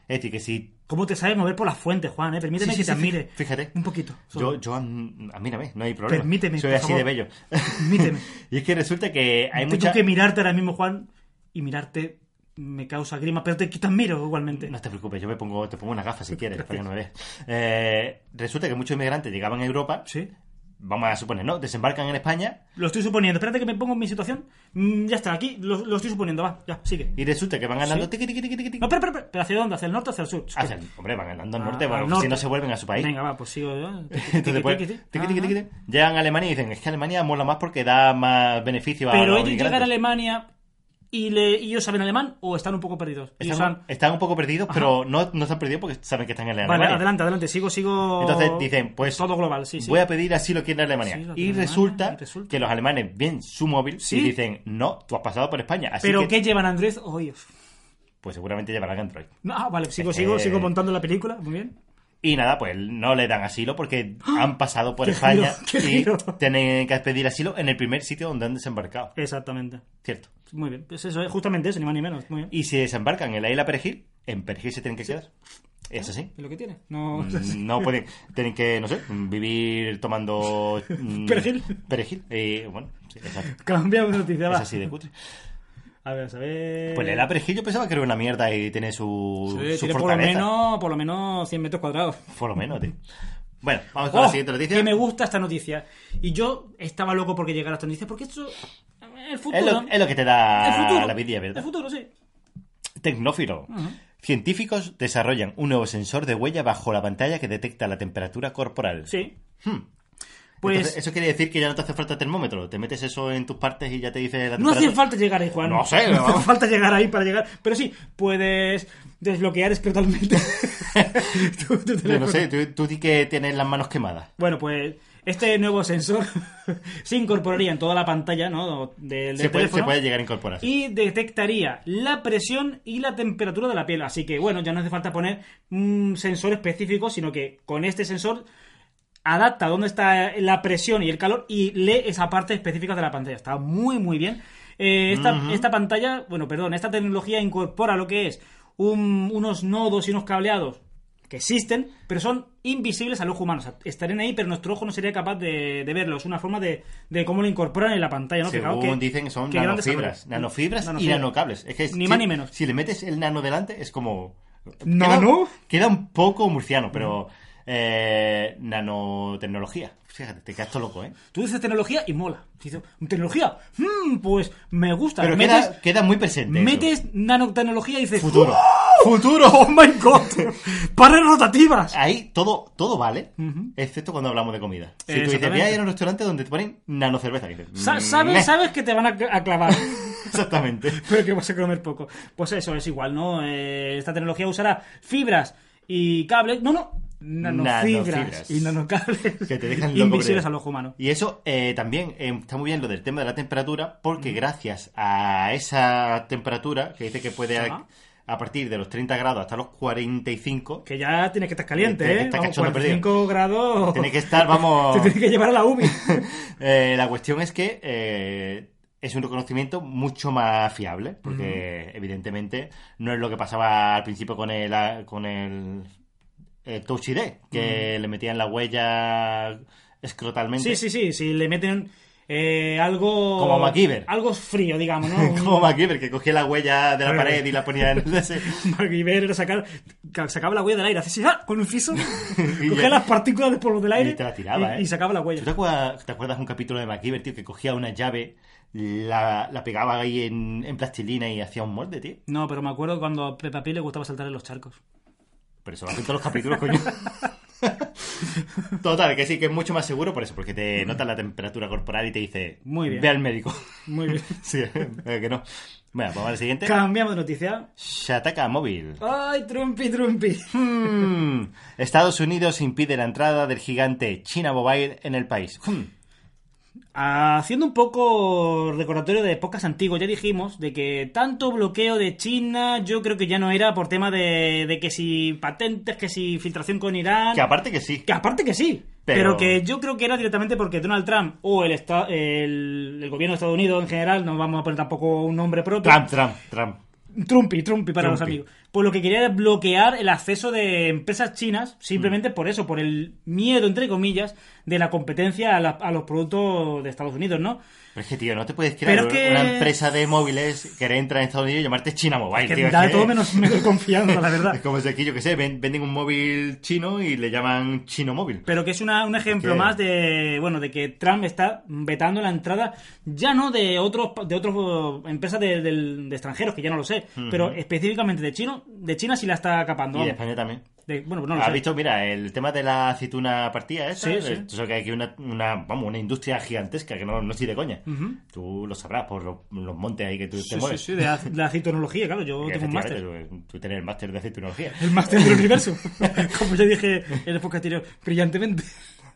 Es decir, que si ¿Cómo te sabes mover por las fuentes, Juan? Eh? Permíteme Sí, sí, que te sí, admire. fíjate. Un poquito. solo. yo, yo am- admírame, no hay problema. Permíteme, Soy por así favor. de bello. Permíteme. y es que resulta que hay Tengo mucha... que mirarte ahora mismo, Juan, y mirarte me causa grima, pero te quitas miro igualmente. No te preocupes, yo me pongo, te pongo una gafa si quieres, para que no me veas. Eh, resulta que muchos inmigrantes llegaban a Europa, Sí. vamos a suponer, ¿no? Desembarcan en España Lo estoy suponiendo. Espérate que me pongo en mi situación. Mm, ya está, aquí lo, lo estoy suponiendo. Va, ya, sigue. y resulta que van andando... Sí. tiqui, tiqui, tiqui, tiqui, No, pero, pero, pero, pero ¿hacia dónde? ¿Hacia el norte o hacia el sur? hacia el- hombre, van andando al Ah, norte, al bueno, norte. si no se vuelven a su país. Venga, va, pues sigo. ¿eh? Entonces, pues, Tiqui, Ah. tiqui, tiqui, tiqui, tiqui. tiqui, tiqui. llegan a Alemania y dicen, es que Alemania mola más porque da más beneficio a Pero los ellos llegan a inmigrantes". Alemania y, le, y ellos saben alemán o están un poco perdidos. Y usan- Están, están un poco perdidos, pero no, no están perdidos porque saben que están en Alemania. Vale, adelante, adelante. Sigo, sigo. Entonces dicen, pues, Todo global, sí, sí. Voy a pedir asilo aquí en Alemania. Sí, lo que y, en Alemania, resulta y resulta. que los alemanes ven su móvil Sí. y dicen, no, tú has pasado por España. Así ¿Pero que, qué llevan Andrés? Oye. Pues seguramente llevarán Android. No, ah, vale, sigo, Eh, sigo, sigo montando la película. Muy bien. Y nada, pues no le dan asilo porque han pasado por ¡Ah! ¡Qué España giro! ¡Qué y giro! tienen que pedir asilo en el primer sitio donde han desembarcado. Exactamente. Cierto. Muy bien. Pues eso es justamente eso, ni más ni menos. Muy bien. Y si desembarcan en la isla Perejil, en Perejil se tienen que quedar. Es así. ¿Y lo que tiene? No. No pueden, tienen que, no sé, vivir tomando mm, Perejil. Ah. Perejil. Eh, bueno, sí, exacto. Cambiamos de noticia, Es va. así de cutre. A ver, a ver. Pues el Isla Perejil yo pensaba que era una mierda y tiene su, Sí, su tiene por lo, fortaleza. menos, por lo menos 100 metros cuadrados. Por lo menos, tío. Bueno, vamos con la Oh, siguiente noticia. Que me gusta esta noticia. Y yo estaba loco porque llegara esta noticia, porque esto. El futuro. Es lo, es lo que te El da futuro. la vida, El ¿verdad? futuro, sí. Tecnófilo. Científicos desarrollan un nuevo sensor de huella bajo la pantalla que detecta la temperatura corporal. Sí. Hmm. Pues. Entonces, eso quiere decir que ya no te hace falta termómetro. Te metes eso en tus partes y ya te dice la No temperatura. hace falta llegar ahí, Juan. No sé, no hace ¿no? falta llegar ahí para llegar. Pero sí, puedes desbloquear escrotalmente tu, tu Yo teléfono. no sé, tú, tú di que tienes las manos quemadas. Bueno, pues este nuevo sensor se incorporaría en toda la pantalla ¿no? del, del Se puede, se teléfono puede llegar a incorporar. y detectaría la presión y la temperatura de la piel. Así que bueno, ya no hace falta poner un sensor específico, sino que con este sensor adapta dónde está la presión y el calor y lee esa parte específica de la pantalla. Está muy, muy bien. Eh, esta, esta pantalla, bueno, perdón, esta tecnología incorpora lo que es un- unos nodos y unos cableados que existen, pero son invisibles al ojo humano. O sea, estarían ahí, pero nuestro ojo no sería capaz de, de verlos. Una forma de, de cómo lo incorporan en la pantalla. ¿no? Fijaos Según que- dicen, son que gran desarrollo. nanofibras. Nanofibras y Nanofibra. nanocables. Es que Ni si- más ni menos. Si le metes el nano delante, es como. ¿Nano? Queda, queda un poco murciano, pero. Mm. eh, nanotecnología. Fíjate, te quedas todo loco, ¿eh? Tú dices tecnología y mola. Dices, ¿tecnología? Mm, pues me gusta. Pero metes queda, queda muy presente. eso. metes nanotecnología y dices, Futuro. ¡Oh! ¡Futuro! ¡Oh my god! ¡Pares rotativas! Ahí todo, todo vale, excepto cuando hablamos de comida. Si tú dices, voy a ir a un restaurante donde te ponen nanocerveza, dices, Sa- "Meh". ¿Sabes, sabes que te van a cl- a clavar. Exactamente. pero que vas a comer poco. Pues eso es igual, ¿no? Eh, esta tecnología usará fibras y cables. No, no. Nanofibras Nanofibras. y nanocables Que te dejan loco, invisibles creo. al ojo humano. Y eso eh, también eh, está muy bien lo del tema de la temperatura, porque gracias a esa temperatura, que dice que puede a, Ajá. a partir de los 30 grados hasta los 45, Que ya tienes que estar caliente, Tienes que ¿eh? estar Vamos, cachondo 45 grados. tiene que estar, vamos... Te tienes que llevar a la UMI. Eh, la cuestión es que eh, es un reconocimiento mucho más fiable, porque evidentemente no es lo que pasaba al principio con el, a- con el, eh, Touch ID, que le metían la huella escrotalmente. sí, sí, sí. Si le meten eh, algo. Como MacGyver. Algo frío, digamos, ¿no? Un- Como MacGyver, que cogía la huella de la Bueno. pared y la ponía en el ese. MacGyver era sacar, ca- sacaba la huella del aire, así, ¡ah! con un fiso, cogía ya- las partículas de polvo del aire Y te la tiraba, y- ¿eh? y sacaba la huella. ¿Tú te acuerdas, te acuerdas un capítulo de MacGyver, tío, que cogía una llave, la, la pegaba ahí en, en plastilina y hacía un molde, tío? No, pero me acuerdo cuando a Peppa Pig le gustaba saltar en los charcos. Pero eso lo hacen todos los capítulos, coño. Total, que sí, que es mucho más seguro por eso, porque te nota la temperatura corporal y te dice, Muy bien. ve al médico. Muy bien. sí, eh, que no. Bueno, vamos al siguiente. Cambiamos de noticia. Shataka móvil. ¡Ay, Trumpy, Trumpy! Hmm. Estados Unidos impide la entrada del gigante China Mobile en el país. Hmm. Haciendo un poco recordatorio de podcast antiguos, ya dijimos de que tanto bloqueo de China, yo creo que ya no era por tema de, de que si patentes, que si filtración con Irán. Que aparte que sí. Que aparte que sí. Pero... Pero- que yo creo que era directamente porque Donald Trump o el, esta- el, el gobierno de Estados Unidos en general, no vamos a poner tampoco un nombre propio. Trump, Trump, Trump. Trumpy, Trumpy para los Trumpy. amigos. Pues lo que quería era bloquear el acceso de empresas chinas, Mm. simplemente por eso, por el miedo, entre comillas, de la competencia a, la- a los productos de Estados Unidos, ¿no? Pero es que, tío, no te puedes crear Pero una que- empresa de móviles que entra en Estados Unidos y llamarte China Mobile, Que tío. es da que- todo menos, menos confianza, la Es verdad. como si aquí, yo que sé, ven- venden un móvil chino y le llaman chino móvil. Pero que es una- un ejemplo que- más de bueno de que Trump está vetando la entrada ya no de otros pa- de otros eh, empresas de, del- de extranjeros que ya no lo sé, pero específicamente de chino de China sí la está capando. Y de vamos. España también. De- bueno, no lo ¿Has sé. visto, mira, el tema de la aceituna partida esa? Sí, eh, sí. Eso que hay aquí una, una, vamos, una industria gigantesca que no, no estoy de coña. Tú lo sabrás por los, los montes ahí que tú te Sí, sí, mueves. sí, de la, de la citonología, claro, yo Que tengo un efectivamente, máster. Tú, tú tienes el máster de aceitunología. El máster del universo. Como ya dije en el podcast anterior, brillantemente.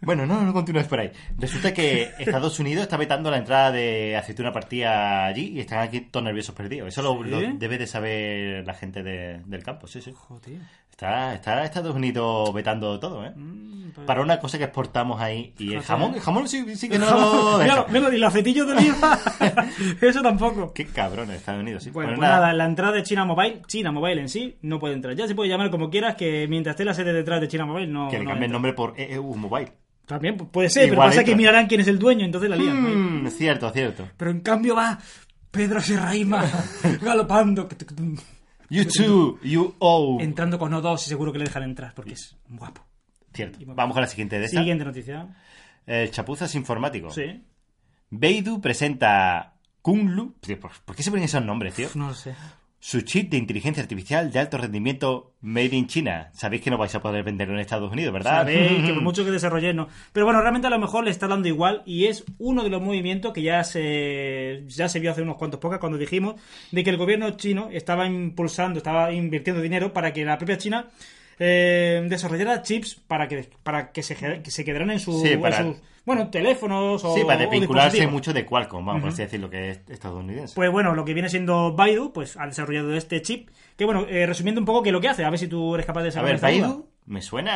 Bueno, no, no continúes por ahí. Resulta que Estados Unidos está vetando la entrada de aceituna partida allí y están aquí todos nerviosos perdidos. Eso lo, ¿Sí? lo debe de saber la gente de- del campo, sí, sí. Joder. Está, está Estados Unidos vetando todo, ¿eh? Mm. pues, Para una cosa que exportamos ahí. Y el Fíjate. jamón, el jamón sí, sí que no lo deja. Míralo, míralo, y los acetillos de oliva. Eso tampoco. Qué cabrón Estados Unidos, sí. Bueno, pues nada. la entrada de China Mobile, China Mobile en sí, no puede entrar. Ya se puede llamar como quieras, que mientras esté la sede detrás de China Mobile, no. que le no cambie entra. el nombre por EU Mobile. También pu- puede ser, pero Igual pasa entra. que mirarán quién es el dueño, entonces la lían. ¿no? Mm, cierto, cierto. Pero en cambio va Pedro Serraima galopando, You too, you owe. entrando con O2 y seguro que le dejan entrar porque es guapo. Cierto. Vamos a la siguiente de esta. Siguiente noticia. Eh, chapuzas informáticos. Sí. Baidu presenta Kunglu. Tío, ¿Por por qué se ponen esos nombres, tío? No lo sé. Su chip de inteligencia artificial de alto rendimiento made in China. Sabéis que no vais a poder venderlo en Estados Unidos, ¿verdad? Sabéis que por mucho que desarrolléis, no. Pero bueno, realmente a lo mejor le está dando igual y es uno de los movimientos que ya se, ya se vio hace unos cuantos pocas cuando dijimos de que el gobierno chino estaba impulsando, estaba invirtiendo dinero para que la propia China eh, desarrollara chips para que, para que, se, que se quedaran en, su- Sí, para- en sus bueno, teléfonos o Sí, para o desvincularse dispositivos. mucho de Qualcomm, vamos, por así decirlo, que es estadounidense. Pues bueno, lo que viene siendo Baidu, pues ha desarrollado este chip. Que bueno, eh, resumiendo un poco que lo que hace, a ver si tú eres capaz de a saber. ver, Baidu me suena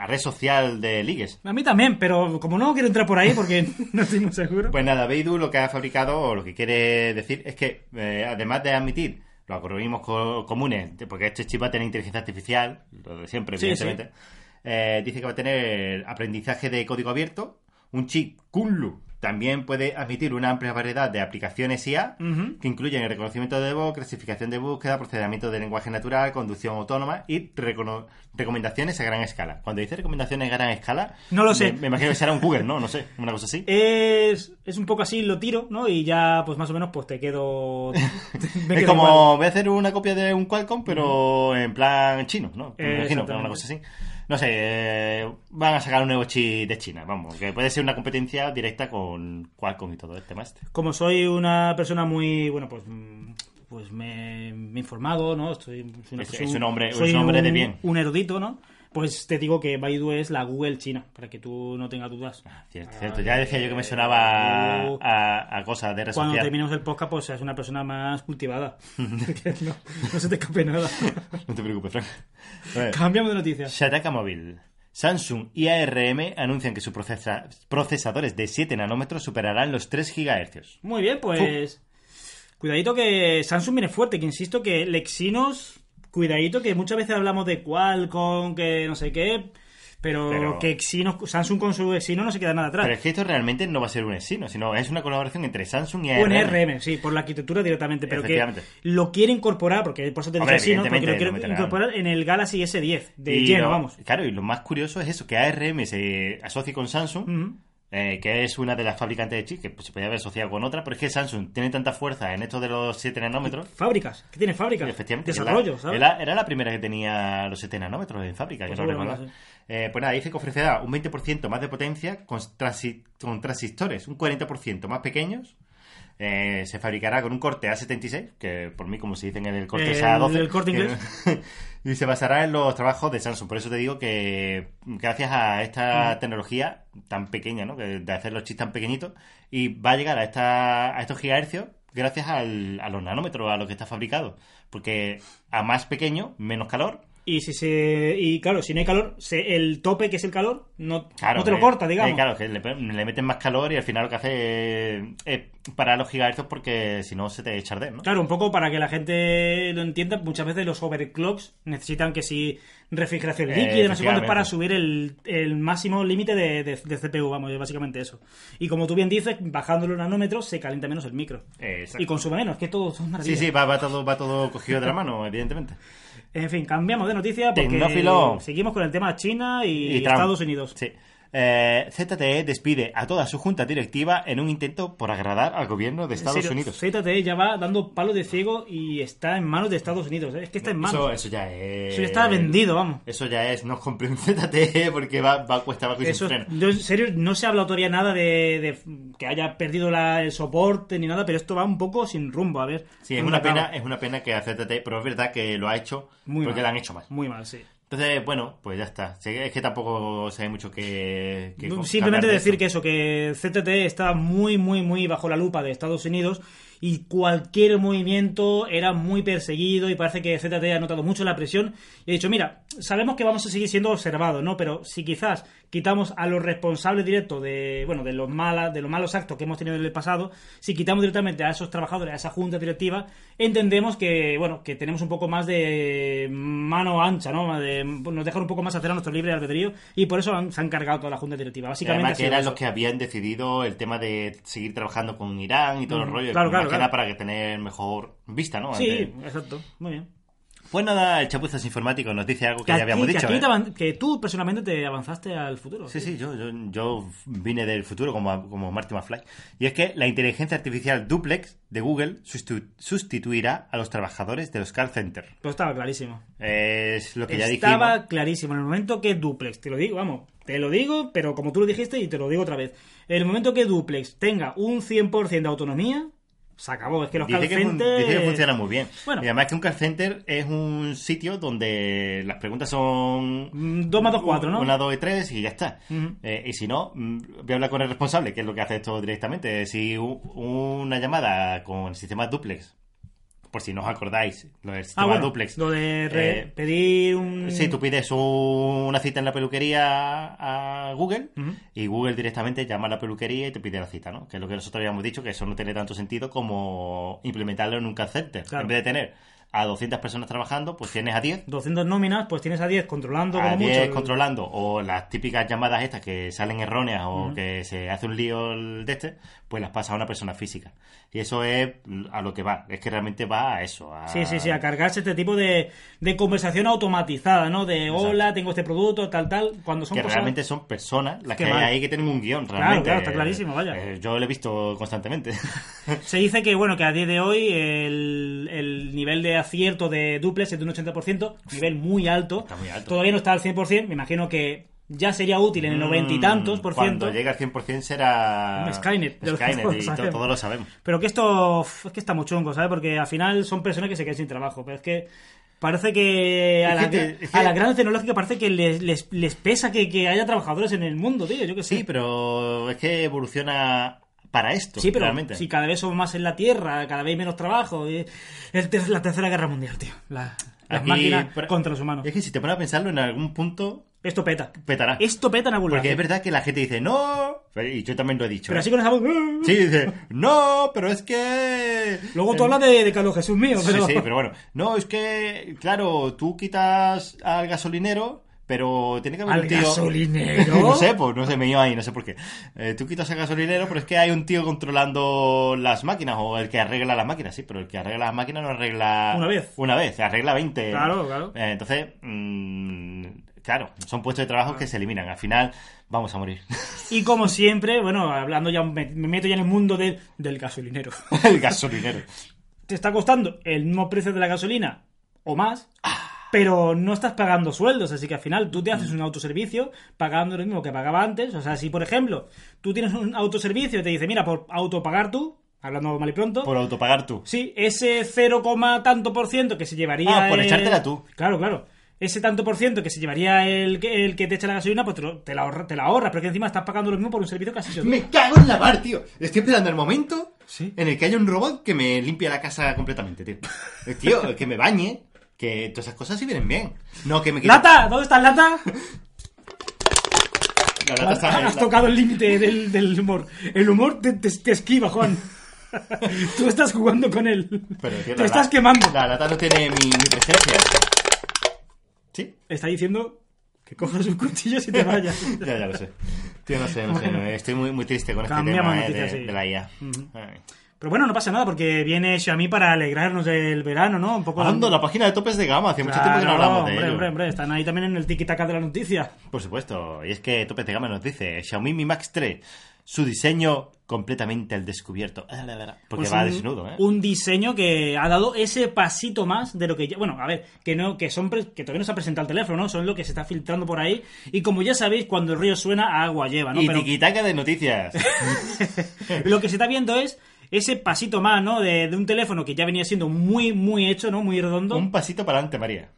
a- a red social de ligues. A mí también, pero como no quiero entrar por ahí porque no estoy muy seguro. Pues nada, Baidu lo que ha fabricado, o lo que quiere decir, es que eh, además de admitir los acrónimos co- comunes, de- porque este chip va a tener inteligencia artificial, lo de siempre, Sí, evidentemente, eh, dice que va a tener aprendizaje de código abierto, un chip Kunlu También puede admitir una amplia variedad de aplicaciones IA Ujú. que incluyen el reconocimiento de voz, clasificación de búsqueda, procedimiento de lenguaje natural, conducción autónoma y recono- recomendaciones a gran escala. Cuando dice recomendaciones a gran escala, No lo me- sé. Me, imagino que será un Google, ¿no? No sé, una cosa así. Es, es un poco así, lo tiro, ¿no? Y ya, pues más o menos, pues te quedo. me es quedo como igual. voy a hacer una copia de un Qualcomm, pero en plan chino, ¿no? Me Eh, imagino, exactamente. una cosa así. No sé, eh, van a sacar un nuevo chip de China, vamos, que puede ser una competencia directa con Qualcomm y todo el tema este. como soy una persona muy bueno pues mm, pues me, me he informado no estoy soy una Es- persona- es un hombre- es soy un hombre de bien. un erudito no pues te digo que Baidu es la Google china para que tú no tengas dudas Cierto, cierto. Ya decía yo que me sonaba a, a- a cosas de red uh. cuando social. terminemos el podcast pues seas una persona más cultivada Que no, no se te escape nada No te preocupes, Frank. A ver. cambiamos de noticias Shataka Móvil. Samsung y ARM anuncian que sus procesa- procesadores de 7 nanómetros superarán los 3 GHz. muy bien pues cuidadito que Samsung viene fuerte que insisto que Lexinos cuidadito que muchas veces hablamos de Qualcomm que no sé qué pero, Pero- que Exynos, Samsung con su Exynos no se queda nada atrás. Pero es que esto realmente no va a ser un Exynos, sino es una colaboración entre Samsung y ARM. Un RM, sí, por la arquitectura directamente, pero que Efectivamente. lo quiere incorporar, porque por eso te Hombre, dije así, ¿no? Porque lo evidentemente, quiero no meterán. incorporar en el Galaxy S10, de Y lleno, lo- vamos. Claro, y lo más curioso es eso, que ARM se asocia con Samsung, Ujú. eh, que es una de las fabricantes de chips, que pues, se podía haber asociado con otra, pero es que Samsung tiene tanta fuerza en esto de los 7 nanómetros Fábricas, que tiene fábricas, Efectivamente. desarrollo, era, ¿sabes? Era, era la primera que tenía los 7 nanómetros en fábrica, Pues yo no seguramente recuerdo. Eh, pues nada, dice que ofrecerá un 20% más de potencia con, transi- con transistores, un 40% más pequeños. Eh, se fabricará con un corte A76, que por mí, como se dice en el corte es El- A12. Eh, el corte que- inglés. y se basará en los trabajos de Samsung. Por eso te digo que gracias a esta Mm. tecnología tan pequeña, ¿no? Que- De hacer los chips tan pequeñitos, y va a llegar a, esta, a estos gigahercios gracias al- a los nanómetros, a lo que está fabricado. Porque a más pequeño, menos calor. Y si se y claro, si no hay calor, se- el tope que es el calor, no, Claro, no te lo eh, corta, eh, digamos. claro, que le, le meten más calor y al final lo que hace es, es parar los gigahercios porque si no se te echa a arder, ¿no? Claro, un poco para que la gente lo entienda, muchas veces los overclocks necesitan que si refrigeración Eh, líquida, no sé cuánto, efectivamente. para subir el, el máximo límite de, de- de CPU, vamos, es básicamente eso. Y como tú bien dices, bajando los nanómetros se calienta menos el micro. Eh, exacto. Y consume menos, que todo son Sí, maravillas. sí, va, va todo, va todo cogido de la mano, evidentemente. En fin, cambiamos de noticia porque Tecnófilo. seguimos con el tema China y, Trump. Estados Unidos. Sí. Eh, ZTE despide a toda su junta directiva en un intento por agradar al gobierno de En Estados serio, Unidos. ZTE ya va dando palos de ciego y está en manos de Estados Unidos. ¿eh? Es que está en manos. Eso, eh, eso ya es. Eso ya está vendido, vamos. Eso ya es, no os compré un ZTE porque va, va cuesta abajo y sin Eso, freno. yo, en serio, no se habla todavía nada de, de que haya perdido la- el soporte ni nada, pero esto va un poco sin rumbo, a ver. Sí, es ¿dónde una acaba? pena, es una pena que a ZTE, pero es verdad que lo ha hecho Muy mal. porque lo han hecho mal. Muy mal, sí. Entonces, bueno, pues ya está. Sí, Es que tampoco sé mucho que. que No, co- Simplemente hablar de decir eso. que eso, que ZTE está muy, muy, muy bajo la lupa de Estados Unidos y cualquier movimiento era muy perseguido y parece que ZTE ha notado mucho la presión y ha dicho, mira, sabemos que vamos a seguir siendo observados, ¿no? Pero si quizás quitamos a los responsables directos de, bueno, de los, malas, de los malos actos que hemos tenido en el pasado, si quitamos directamente a esos trabajadores, a esa junta directiva, entendemos que, bueno, que tenemos un poco más de mano ancha, ¿no? De- nos dejan un poco más hacer a nuestro libre albedrío y por eso han- se han cargado toda la junta directiva. Y Básicamente ha Además que sido eran eso. los que habían decidido el tema de seguir trabajando con Irán y todo el Ujú. rollo. Claro, Más claro, que claro. nada para que tener mejor vista, ¿no? Sí, Ante- exacto. Muy bien. Pues nada, el chapuzas informático nos dice algo que, a ya ti- habíamos que dicho. a ti ¿eh? te avan- que tú personalmente te avanzaste al futuro. Sí, sí, yo, yo, yo vine del futuro como, como Marty McFly. Y es que la inteligencia artificial Duplex de Google sustitu- sustituirá a los trabajadores de los call centers. Pero estaba clarísimo. Es lo que ya dijimos. Estaba clarísimo. En el momento que Duplex, te lo digo, vamos, te lo digo, pero como tú lo dijiste y te lo digo otra vez. En el momento que Duplex tenga un 100% de autonomía, se acabó. Es que los Dice que, fun- calcentes... dice que funciona muy bien. Bueno. Y además que un call center es un sitio donde las preguntas son... Mm, dos más dos, cuatro, ¿no? Una, dos y tres y ya está. Ujú. Eh, y si no, mm, voy a hablar con el responsable, que es lo que hace esto directamente. Si u- una llamada con el sistema duplex, por si no os acordáis, lo del sistema Ah, bueno, duplex. lo de re- Eh, pedir un... Si tú pides un- una cita en la peluquería a Google Ujú. y Google directamente llama a la peluquería y te pide la cita, ¿no? Que es lo que nosotros habíamos dicho, que eso no tiene tanto sentido como implementarlo en un call center. Claro. En vez de tener a 200 personas trabajando, pues tienes a 10. 200 nóminas, pues tienes a 10 controlando A como 10 mucho. ¿eh? controlando, o las típicas llamadas estas que salen erróneas o que se hace un lío el de este, pues las pasa a una persona física. Y eso es a lo que va, es que realmente va a eso. A... Sí, sí, sí, a cargarse este tipo de, de conversación automatizada, ¿no? De Exacto. hola, tengo este producto, tal, tal. Cuando son que cosas. realmente son personas las Qué que hay mal. ahí que tienen un guión, realmente. claro, está clarísimo, vaya. Eh, yo lo he visto constantemente. Se dice que, bueno, que a día de hoy el, el nivel de acierto de duples es de un 80%, nivel muy alto. Está muy alto. Mm, Todavía no está al 100%, me imagino que ya sería útil en el noventa y tantos por ciento. Cuando llegue al 100% será... Un Skynet, de lo que Skynet, todos y to- sabemos. todos lo sabemos. Pero que esto uf, es que está muy chungo, ¿sabes? Porque al final son personas que se quedan sin trabajo. Pero es que parece que a, Es la, que te- es que- a la gran tecnológica parece que les, les, les pesa que, que haya trabajadores en el mundo, tío. Yo que sé. Sí, pero es que evoluciona para esto, Sí, pero realmente. si cada vez somos más en la Tierra, cada vez hay menos trabajo. eh, el ter- la tercera guerra mundial, tío. La- las Aquí, máquinas pero- contra los humanos. Es que si te pones a pensarlo, en algún punto Esto peta. petará. Esto peta en algún Porque es lado. verdad que la gente dice, no, y yo también lo he dicho. Pero ¿eh? así con esa voz. Sí, dice, no, pero es que... Luego tú hablas de, de Carlos Jesús mío, Sí, pero. sí, pero bueno. No, es que, claro, tú quitas al gasolinero, pero tiene que haber Al un tío... gasolinero. no sé, pues no sé, me iba ahí, no sé por qué. Eh, tú quitas al gasolinero, pero es que hay un tío controlando las máquinas, o el que arregla las máquinas, sí, pero el que arregla las máquinas no arregla... Una vez. Una vez, arregla 20. Claro, claro. Eh, entonces, mm, claro, son puestos de trabajo que se eliminan. Al final, vamos a morir. Y como siempre, bueno, hablando ya, me, me meto ya en el mundo del, del gasolinero. el gasolinero. Te está costando el mismo precio de la gasolina o más, pero no estás pagando sueldos, así que al final tú te Mm. haces un autoservicio pagando lo mismo que pagaba antes. O sea, si por ejemplo tú tienes un autoservicio y te dice, mira, por autopagar tú, hablando mal y pronto, Por autopagar tú. Sí, ese 0, coma tanto por ciento que se llevaría. Ah, por el- echártela tú. Claro, claro. Ese tanto por ciento que se llevaría el, que- el que te echa la gasolina, pues te, lo- te la ahorra, te la ahorras, pero que encima estás pagando lo mismo por un servicio que has hecho tú. Me cago en la bar, tío. Estoy esperando el momento Sí. en el que haya un robot que me limpie la casa completamente, tío. Eh, Tío, que me bañe. Que todas esas cosas sí vienen bien. No, que me quite- ¡Lata! ¿Dónde está el lata? La lata Has, está- has tocado el límite del, del humor. El humor te, te- te esquiva, Juan. Tú estás jugando con él. Pero, tío, te la- estás quemando. La lata no tiene mi, mi presencia. ¿Sí? Está diciendo que cojas un cuchillo y te vayas. Ya, ya lo sé. Tío, no sé, no sé. Estoy muy, muy triste con este Cambiamos tema eh, noticias, de, sí. de la IA. Ay. Pero bueno, no pasa nada porque viene Xiaomi para alegrarnos del verano, ¿no? Un poco Ando, la página de topes de gama. Hace mucho tiempo que no Claro, hablamos de hombre, ello. hombre, hombre, están ahí también en el tiki-taka de la noticia. Por supuesto, y es que Topes de Gama nos dice Xiaomi Mi Max 3, su diseño completamente al descubierto. Ah, la, la, la. Porque Pues va un- desnudo, ¿eh? Un diseño que ha dado ese pasito más de lo que ya. Bueno, a ver, que no, que son pre- que todavía no se ha presentado el teléfono, ¿no? Son lo que se está filtrando por ahí. Y como ya sabéis, cuando el río suena, agua lleva, Ah, ¿no? y Pero tiquitaca de noticias. lo que se está viendo es ese pasito más, ¿no? De, de un teléfono que ya venía siendo muy, muy hecho, ¿no? Muy redondo. un ¿Un pasito para adelante, María.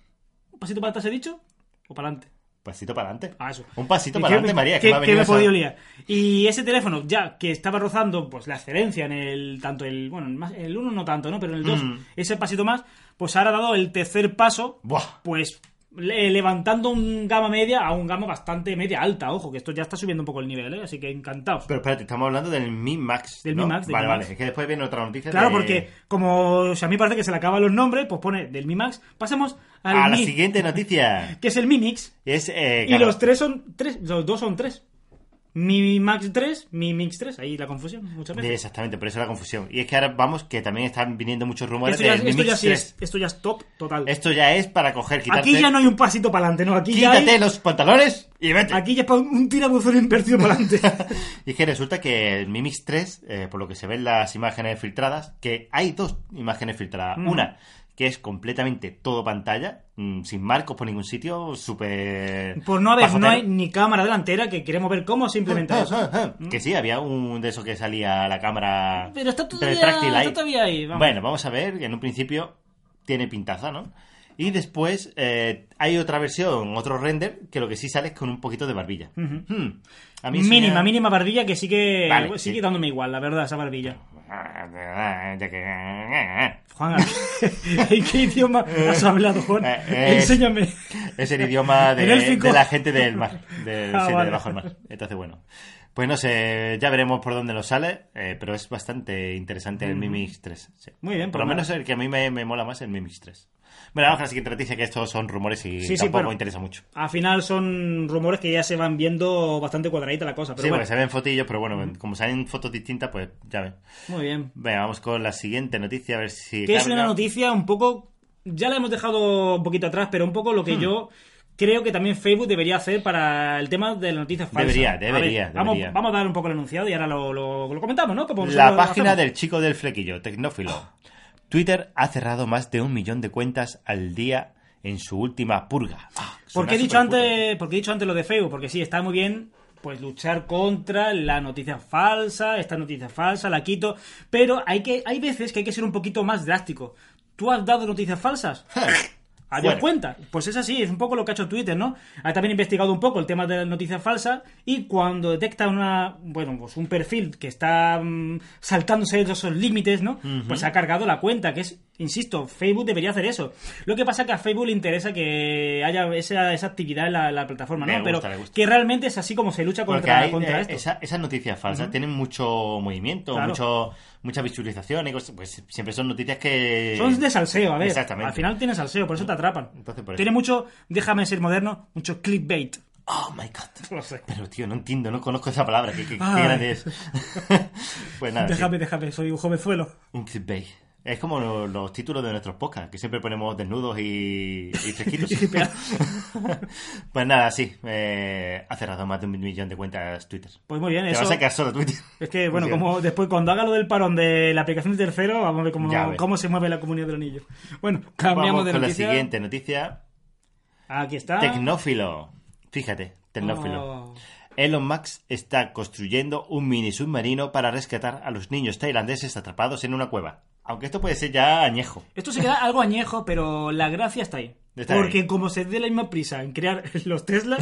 pasito para atrás he dicho? ¿O para adelante? Pasito para adelante. Ah, eso. Un pasito ¿Y para qué- adelante, María. qué- que me qué ha venido me he esa- podido liar? Y ese teléfono, ya que estaba rozando pues la excelencia en el tanto el bueno, el más- el 1 no tanto, ¿no? Pero en el 2 Mm. ese pasito más, pues ahora ha dado el tercer paso, Buah. pues le- levantando un gama media a un gama bastante media alta, ojo, que esto ya está subiendo un poco el nivel, ¿eh? así que encantados. Pero espérate, estamos hablando del Mi Max. Del ¿no? Mi Max, del Vale, Mi vale. Max. Es que después viene otra noticia. Claro, de- porque como a mí parece que se le acaban los nombres, pues pone del Mi Max, pasemos al A la Mi, siguiente noticia. que es el Mi Mix. Es, eh, Y claro, los tres son tres, los dos son tres. Mi Max 3, mi Mix 3, ahí la confusión muchas de- veces. Exactamente, por eso la confusión. Y es que ahora vamos, que también están viniendo muchos rumores Esto ya, del Mi esto ya Mix sí 3. es, esto ya es top total. Esto ya es para coger, quitarte... Aquí ya no hay un pasito para adelante, ¿no? Aquí ya, Quítate hay, los pantalones y vete. aquí ya es para un un tirabuzón invertido para adelante. Y es que resulta que el Mi Mix 3, eh, por lo que se ven las imágenes filtradas, que hay dos imágenes filtradas. Ujú. Una que es completamente todo pantalla, mm, sin marcos por ningún sitio, súper... Pues no, a ver, no pajotero. hay ni cámara delantera que queremos ver cómo se implementa eso. Mm. Que sí, había un de esos que salía la cámara... Pero está todavía, retráctil ahí. está todavía ahí. Vamos. Bueno, vamos a ver, en un principio tiene pintaza, ¿no? Y después eh, hay otra versión, otro render, que lo que sí sale es con un poquito de barbilla. Hmm. A mí eso mínima, ya- mínima barbilla que sigue, Vale, sigue sí. dándome igual, la verdad, esa barbilla. Ah, Ya ¿eh? que- Juan, ¿en qué idioma has hablado, Juan? Eh, eh. Enséñame. Es el idioma de, El élfico. de la gente del mar, del Ah, sí, de vale. debajo del mar. Entonces, bueno. Pues no sé, ya veremos por dónde nos sale, eh, pero es bastante interesante el Mimix 3. sí. Muy bien, por lo pues menos el que a mí me, me mola más el Mimix 3. Bueno, vamos a la siguiente noticia, que estos son rumores y Sí, sí, tampoco bueno. me interesa mucho. Al final son rumores que ya se van viendo bastante cuadradita la cosa, pero sí, pues, bueno. porque se ven fotillos, pero bueno, como salen fotos distintas, pues ya ven. Muy bien. Venga, vamos con la siguiente noticia, a ver si... Que es carga. una noticia un poco. Ya la hemos dejado un poquito atrás, pero un poco lo que Hmm. yo creo que también Facebook debería hacer para el tema de las noticias falsas. Debería, A ver, debería, vamos, debería. vamos a dar un poco el enunciado y ahora lo, lo- lo comentamos, ¿no? Como La nosotros página hacemos. del chico del flequillo, Tecnófilo. Twitter ha cerrado más de un millón de cuentas al día en su última purga. Ah, ¿Por suena qué he dicho superputo. antes, porque he dicho antes lo de Facebook? Porque sí, está muy bien pues luchar contra la noticia falsa, esta noticia falsa, la quito, pero hay que hay veces que hay que ser un poquito más drástico. ¿Tú has dado noticias falsas? Adiós Fuera. cuenta. Pues es así, es un poco lo que ha hecho Twitter, ¿no? Ha también investigado un poco el tema de las noticias falsas y cuando detecta una, bueno, pues un perfil que está mm, saltándose de esos límites, ¿no? Pues ha cargado la cuenta, que es, insisto, Facebook debería hacer eso. Lo que pasa es que a Facebook le interesa que haya esa, esa actividad en la, la plataforma, ¿no? Le gusta, Pero le gusta. que realmente es así como se lucha Porque contra, hay, contra eh, esto. esa- esas noticias falsas tienen mucho movimiento, Claro. mucho, mucha visualización y cosas. Pues siempre son noticias que. Son de salseo, a ver. Exactamente. Al final tiene salseo, por eso te atrapan. Entonces, por eso. Tiene mucho, déjame ser moderno, mucho clickbait. Oh my god. Lo sé. Pero tío, no entiendo, no conozco esa palabra. ¿Qué, qué- qué Ay. grande es? pues nada. sí. Déjame, déjame, soy un jovenzuelo. Un clickbait. Es como lo- los, títulos de nuestros podcasts, que siempre ponemos desnudos y, y fresquitos. pues nada, sí. eh, ha cerrado más de un millón de cuentas Twitter. Pues muy bien, Te eso. vas a quedar solo Twitter. Es que, bueno, Sí. como después cuando haga lo del parón de la aplicación de tercero, vamos a ver cómo, Ya ves. cómo se mueve la comunidad del anillo. Bueno, Vamos cambiamos de con noticia. Ah. la siguiente noticia. Aquí está. Tecnófilo. Fíjate, tecnófilo. Oh. Elon Musk está construyendo un mini submarino para rescatar a los niños tailandeses atrapados en una cueva. Aunque esto puede ser ya añejo. Esto se queda algo añejo, pero la gracia está ahí. Está Porque ahí. como se dé la misma prisa en crear los Tesla,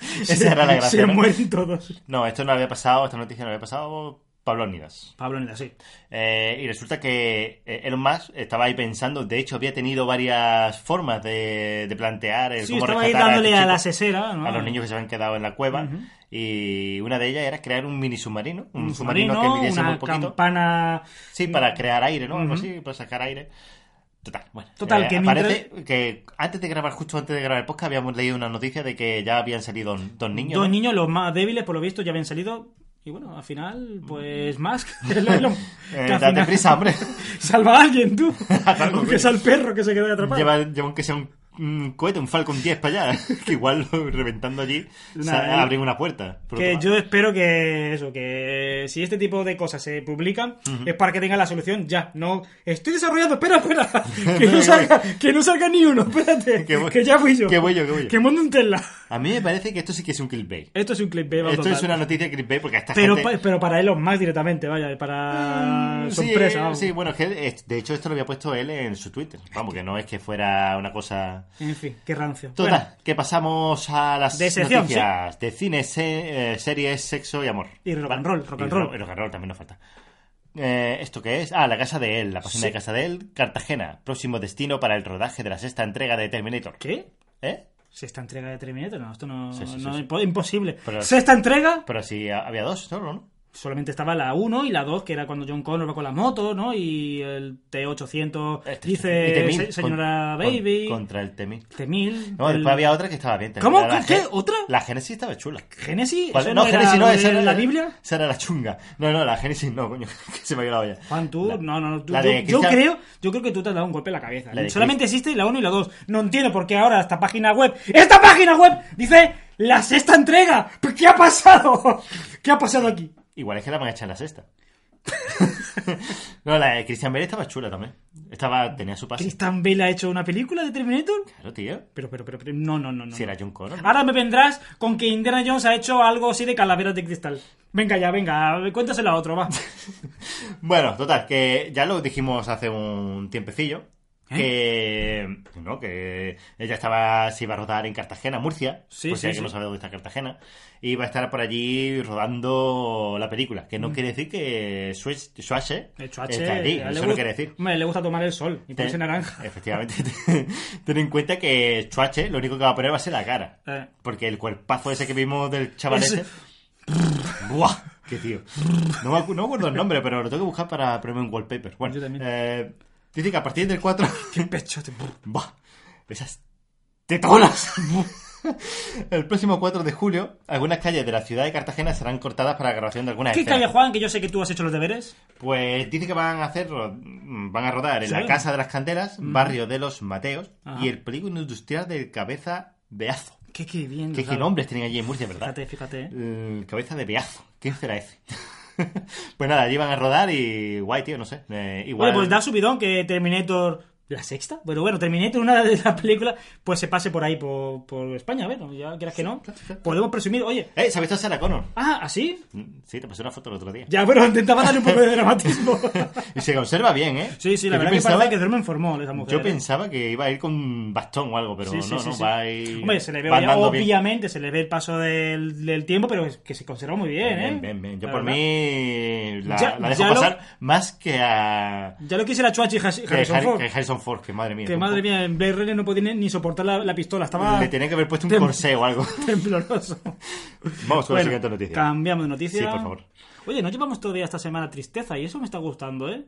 se, Esa era la gracia. se ¿no? mueren todos. No, esto no había pasado, esta noticia no había pasado. Pablo Nidas. Pablo Neda, sí. Eh, y resulta que eh, Elon Musk estaba ahí pensando, de hecho había tenido varias formas de, de plantear el Sí, cómo estaba ahí rescatar dándole estos a la chicos, cesera, ¿no? a los niños que se habían quedado en la cueva. Ujú. Y una de ellas era crear un mini submarino, un, Un submarino, submarino, que midiese muy una poquito. campana... Sí, para crear aire, ¿no? Algo Ujú. así, para sacar aire. Total, bueno. Total, que mientras- parece que antes de grabar, justo antes de grabar el podcast, habíamos leído una noticia de que ya habían salido dos niños. Dos ¿no? niños, los más débiles, por lo visto, ya habían salido. Y bueno, al final, pues más. que el Elon, que Mm. Eh, al date final- prisa, hombre. Salva a alguien, tú. Haz algo, Aunque coño. sea el perro que se queda atrapado. Lleva, lleva aunque sea un, un cohete, un Falcon 10 para allá, que igual reventando allí Nada, sa- eh. abren una puerta. Pero Que toma. yo espero que eso, que si este tipo de cosas se publican, es para que tenga la solución ya. No, estoy desarrollando, espera, espera. Que no salga, que no salga ni uno, espérate. Que voy- que ya voy yo. que voy yo, que voy yo. monte un Tesla. A mí me parece que esto sí que es un clickbait. Esto es un clip Esto es una noticia clickbait porque hasta pero, gente... Mm, pa- pero para Elon más directamente, vaya, para Sí, sorpresa. eh, vamos. sí, bueno, es que eh, de hecho esto lo había puesto él en su Twitter. Vamos, que no es que fuera una cosa... En fin, qué rancio. Total, Bueno, que pasamos a las De sección, noticias de cine, se- eh, series, sexo y amor. Y rock and roll, rock Y and roll. ro- y rock and roll también nos falta. Eh, ¿Esto qué es? Ah, la casa de él, la página Sí. de casa de él, Cartagena, próximo destino para el rodaje de la sexta entrega de Terminator. ¿Qué? ¿Eh? Sexta entrega de Terminator, no, esto no, Sí, sí, no- sí, sí. impo- imposible. Pero- Sexta entrega, Pero si ha- había dos solo, ¿no? solamente estaba la 1 y la 2, que era cuando John Connor va con la moto, ¿no? Y el T800 Este- dice y Temil, "Se- señora con- con- Baby, contra el Temil. T1000. No, el- después había otra que estaba bien. también. ¿Cómo? Era la ¿Qué? Gen- ¿Otra? La Génesis estaba chula. Génesis, ¿Cuál- ¿eso No, no era Génesis lo no, esa de era la Biblia. Esa era la chunga. No, no, la Génesis no, coño. Que se me ha ido la olla. Juan, tú, La- no, no, no, tú- la yo, de yo Cristian- creo, yo creo que tú te has dado un golpe en la cabeza. La de Solamente existe la 1 y la 2. No entiendo por qué ahora esta página web, esta página web dice la sexta entrega. ¿Pero ¿Qué ha pasado? ¿Qué ha pasado aquí? Igual es que la van a echar en la sexta. no, la de Christian Bale estaba chula también. Estaba, tenía su pase. Christian Bale ha hecho una película de Terminator? Claro, tío. Pero, pero, pero, pero no, no, no, Ah. no. Si era John Connor. Ahora me vendrás con que Indiana Jones ha hecho algo así de calaveras de cristal. Venga ya, venga, cuéntaselo a otro, va. Bueno, total, que ya lo dijimos hace un tiempecillo. ¿Eh? Que, no, que ella estaba, se iba a rodar en Cartagena, Murcia, Sí, por si sí, alguien sí. no sabe dónde está Cartagena, y va a estar por allí rodando la película, que no Mm. quiere decir que Schwe- Schwarze El está chuache, allí, a él le eso gusta- no quiere decir. Hombre, le gusta tomar el sol y ponerse Ten- naranja. Efectivamente. Ten en cuenta que Chuache lo único que va a poner va a ser la cara. Eh. Porque el cuerpazo ese que vimos del chaval Ese- ese... ¡Buah! ¡Qué tío! No me, acu- no me acuerdo el nombre, pero lo tengo que buscar para ponerme en wallpaper. Bueno, Yo también. eh, dice que a partir del 4... ¡Qué pecho! te- ¡Buah! ¡Esas tetonas! el próximo 4 de julio, algunas calles de la ciudad de Cartagena serán cortadas para la grabación de algunas ¿Qué escenas. calla, Juan? Que yo sé que tú has hecho los deberes. Pues dice que van a hacer, ro- van a rodar en Sí. Mm. la Casa de las Candelas, barrio de los Mateos Ajá. y el polígono industrial del Cabeza Beazo. ¡Qué, qué bien! Que qué claro. nombres tienen allí en Murcia, ¿verdad? Fíjate, fíjate. ¿eh? El cabeza de Beazo. ¿Quién será ese? pues nada, allí van a rodar y guay, tío, no sé. Eh, igual. Bueno, pues da subidón que Terminator. ¿La sexta? Pero bueno, Terminator, una de las películas, pues se pase por ahí, por, por España. A ver, ya quieras que no. Podemos presumir, oye. Eh, ¿se ha visto a Sarah Connor? Ah, ¿así? Mm, Sí, te pasé una foto el otro día. Ya, pero intentaba darle un poco de dramatismo. Y se conserva bien, ¿eh? Sí, sí, la yo verdad que pensaba- parece que duerme en formol esa mujer. Yo ¿eh? pensaba que iba a ir con bastón o algo, pero Sí, sí, no, sí, no, sí. va a ir. Hombre, se le ve, va ya, andando bien. obviamente, se le ve el paso del, del tiempo, pero es que se conserva muy bien, ¿eh? Ven, ven, ven. Yo La por verdad. mí la, Ya- la dejo ya lo- pasar más que a Ya lo quisiera Chuachi Harrison que Harrison, Ford. que Harrison Ford, que madre mía. Que tú, madre mía, en Blade Runner no podía ni- ni soportar la, la pistola, estaba Le tenía que haber puesto un Tem- corsé o algo. tembloroso. Vamos con la Bueno, siguiente noticia. Cambiamos de noticia. Sí, por favor. Oye, no llevamos todavía esta semana tristeza y eso me está gustando, ¿eh?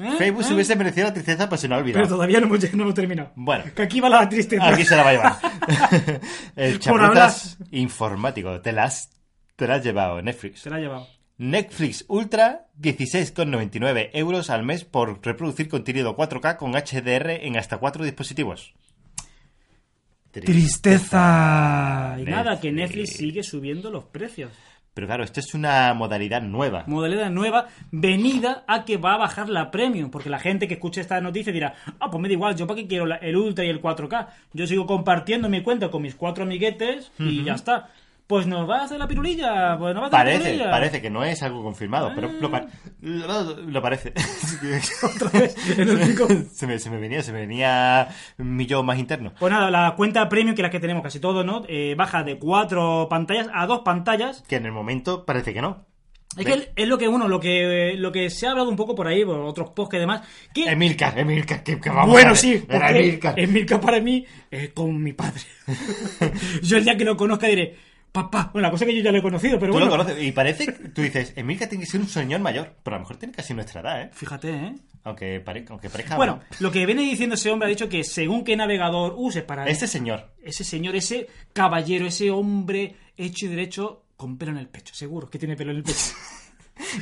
¿Eh? Facebook se ¿Eh? hubiese merecido la tristeza, pero se lo ha Pero olvidado. todavía no hemos, lleg- no hemos terminado. Bueno. Que aquí va la tristeza. Aquí se la va a llevar. El hablar. chaputas informático. Te la has, te la has llevado, Netflix. Se la ha llevado. Netflix Ultra, 16,99 euros al mes por reproducir contenido 4K con HDR en hasta cuatro dispositivos. Tristeza. Y nada, que Netflix Netflix. sigue subiendo los precios. Pero claro, esto es una modalidad nueva. modalidad nueva venida a que va a bajar la premium. Porque la gente que escuche esta noticia dirá, ah, pues me da igual, yo para qué quiero la- el Ultra y el 4K. Yo sigo compartiendo mi cuenta con mis cuatro amiguetes y ya está. Pues nos va a hacer la pirulilla. Pues nos va a hacer la Parece, pirulilla. parece que no es algo confirmado, pero lo, par- lo- lo parece. En el pico. se, me, se me venía, se me venía mi yo más interno. Pues nada, la cuenta premium, que es la que tenemos casi todos, ¿no? Eh, baja de cuatro pantallas a dos pantallas. Que en el momento parece que no. Es que es lo que uno, lo que, lo que se ha hablado un poco por ahí, por otros posts y demás. Que Emilcar, Emilcar, que, que Ah, vamos a bueno, ver. sí, Era porque Emilcar. Emilcar para mí es con mi padre. yo el día que lo conozca diré, papá, bueno, la cosa es que yo ya lo he conocido, pero Tú bueno. lo conoces y parece, tú dices, Emilcar tiene que ser un señor mayor, pero a lo mejor tiene casi nuestra edad, ¿eh? Fíjate, ¿eh? Aunque parezca, aunque parezca Bueno, lo que viene diciendo ese hombre ha dicho que según qué navegador uses para... este señor. Ese señor, ese caballero, ese hombre hecho y derecho con pelo en el pecho, seguro que tiene pelo en el pecho.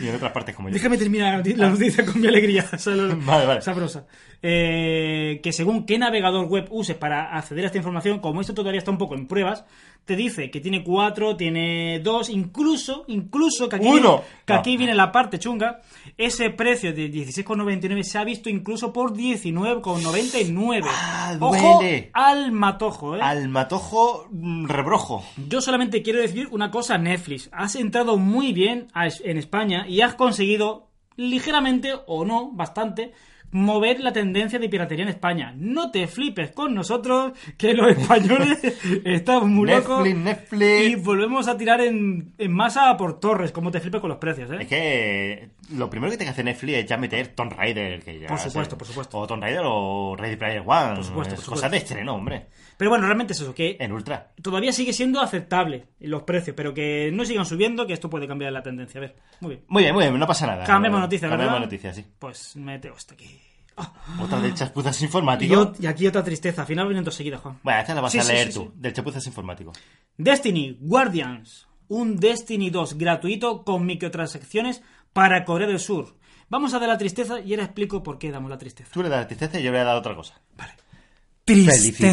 Y en otras partes como yo. Déjame terminar la noti- la noticia con mi alegría solo- Vale, vale. sabrosa. Eh, que según qué navegador web uses para acceder a esta información, como esto todavía está un poco en pruebas, te dice que tiene cuatro, tiene dos, incluso, incluso que aquí, Uno. viene, que No. aquí viene la parte chunga, ese precio de 16,99 se ha visto incluso por 19,99. Ah, Ojo duele. al matojo, ¿eh? Al matojo mm, rebrojo. Yo solamente quiero decir una cosa, Netflix. Has entrado muy bien a Es- en España y has conseguido ligeramente o no, bastante, mover la tendencia de piratería en España. No te flipes con nosotros, que los españoles están muy locos. Netflix, Netflix. Y volvemos a tirar en, en masa por torres, como te flipes con los precios, ¿eh? Es que lo primero que te que hacer Netflix es ya meter Tomb Raider. Que ya Por supuesto, sé. por supuesto. O Tomb Raider o Ready Player One. Por supuesto, por Cosas supuesto. de estreno, hombre. Pero bueno, realmente es eso, que En Ultra. todavía sigue siendo aceptable los precios, pero que no sigan subiendo, que esto puede cambiar la tendencia. A ver, muy bien. Muy bien, muy bien, no pasa nada. Cambiemos noticia, ¿verdad? Cambiemos noticia, sí. Pues meteo hasta aquí. Otra del Chapuzas Y, Informático. yo- y aquí otra tristeza, al final vienen dos seguidas, Juan. Bueno, esta la vas Sí, a sí, leer sí, tú. sí. Del Chapuzas Informático. Destiny Guardians, un Destiny 2 gratuito con microtransacciones para Corea del Sur. Vamos a dar la tristeza y ahora explico por qué damos la tristeza. Tú le das tristeza y yo le voy a dar otra cosa.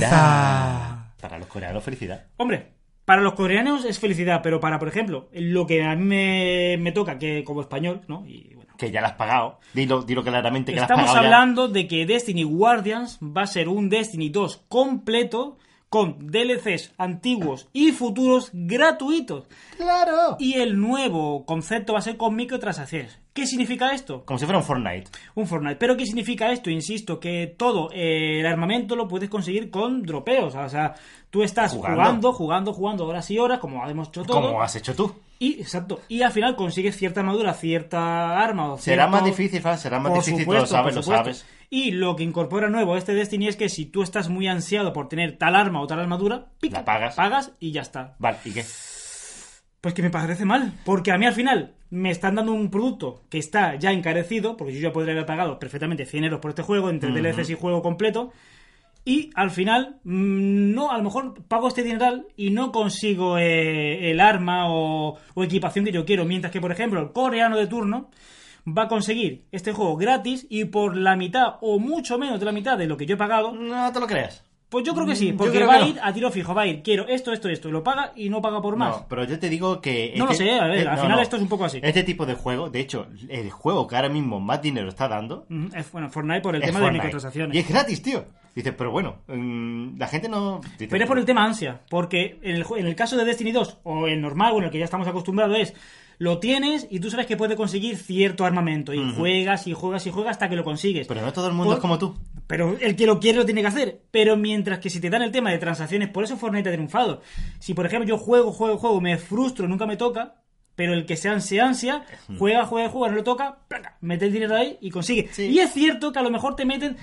Para los coreanos, felicidad. Hombre, para los coreanos es felicidad, pero para, por ejemplo, lo que a mí me, me toca, que como español, ¿no? Y bueno. Que ya la has pagado. Dilo, dilo claramente que la has Estamos pagado. ya. hablando de que Destiny Guardians va a ser un Destiny 2 completo con DLCs antiguos y futuros gratuitos. ¡Claro! Y el nuevo concepto va a ser con microtransacciones. ¿Qué significa esto? Como si fuera un Fortnite. Un Fortnite. ¿Pero qué significa esto? Insisto, que todo eh, el armamento lo puedes conseguir con dropeos. O sea, tú estás Jugando. jugando, jugando, jugando, horas y horas, como hemos hecho todo. Como has hecho tú. Y, exacto. Y al final consigues cierta armadura, cierta arma. O Será cierto- más difícil, Fran, será más Por difícil, tú supuesto, lo sabes, por lo supuesto. sabes. Y lo que incorpora nuevo este Destiny es que si tú estás muy ansiado por tener tal arma o tal armadura, pica, La pagas. pagas y ya está. Vale, ¿y qué? Pues que me parece mal, porque a mí al final me están dando un producto que está ya encarecido, porque yo ya podría haber pagado perfectamente 100 euros por este juego, entre DLCs y juego completo, y al final, mm, no, a lo mejor pago este dineral y no consigo eh, el arma o, o equipación que yo quiero, mientras que, por ejemplo, el coreano de turno va a conseguir este juego gratis y por la mitad o mucho menos de la mitad de lo que yo he pagado, No te lo creas. pues yo creo que sí, Mm, Yo porque creo va que a no. ir a tiro fijo, va a ir, quiero esto, esto, esto, y lo paga y no paga por más. No, pero yo te digo que... No lo sé, a ver, al final esto es un poco así. Este tipo de juego, de hecho, el juego que ahora mismo más dinero está dando... Ujú, es- Bueno, Fortnite por el es tema de Fortnite. microtransacciones. Y es gratis, tío. Dices, pero bueno, mm, la gente no... dice, Pero es por el tema ansia, porque en el, ju- en el caso de Destiny 2, o el normal, o en el que ya estamos acostumbrados, es lo tienes y tú sabes que puedes conseguir cierto armamento. Y juegas y juegas y juegas hasta que lo consigues. Pero no todo el mundo Por- es como tú. Pero el que lo quiere lo tiene que hacer. Pero mientras que si te dan el tema de transacciones, por eso Fortnite ha triunfado. Si por ejemplo yo juego, juego, juego, me frustro, nunca me toca. Pero el que se ansia, ansia, juega, juega, juega, no lo toca, placa, mete el dinero ahí y consigue. Sí. Y es cierto que a lo mejor te meten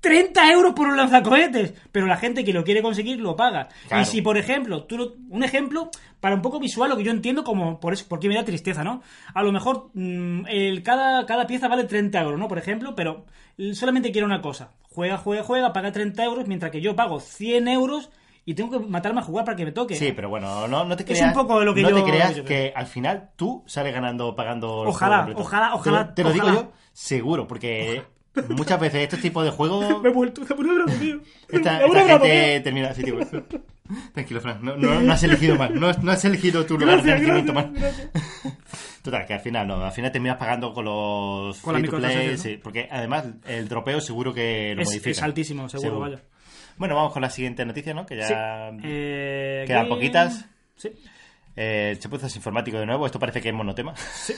30 euros por un lanzacohetes, pero la gente que lo quiere conseguir lo paga. Claro. Y si, por ejemplo, tú lo- un ejemplo para un poco visual, lo que yo entiendo como por eso, porque me da tristeza, ¿no? A lo mejor mm, el, cada, cada pieza vale 30 euros, ¿no? Por ejemplo, pero solamente quiero una cosa. Juega, juega, juega, paga 30 euros, mientras que yo pago 100 euros y tengo que matarme a jugar para que me toque. Sí, pero bueno, no, no te Es un creas... poco lo que no yo- te creas yo que al final tú sales ganando pagando... el Ojalá, juego completo. ojalá, ojalá, Te, lo- te lo ojalá. digo yo, seguro, porque muchas veces estos tipos de juegos... Me he vuelto, me he vuelto bravo, tío. Me he Esta, vuelto esta bravo, gente termina así, tío. Tranquilo, Fran. No, no- no has elegido mal. No, no has elegido tu lugar de Gracias, nacimiento gracias, mal. Total, que al final no. Al final terminas pagando con los Con la free to play, microtransacción, sí, Porque además el dropeo seguro que lo Es- modifica. es altísimo, seguro, vaya. Bueno, vamos con la siguiente noticia, ¿no? Que tío. ya... Sí. Eh, quedan aquí- poquitas. Sí. Eh, chapuzas informático de nuevo, esto parece que es monotema.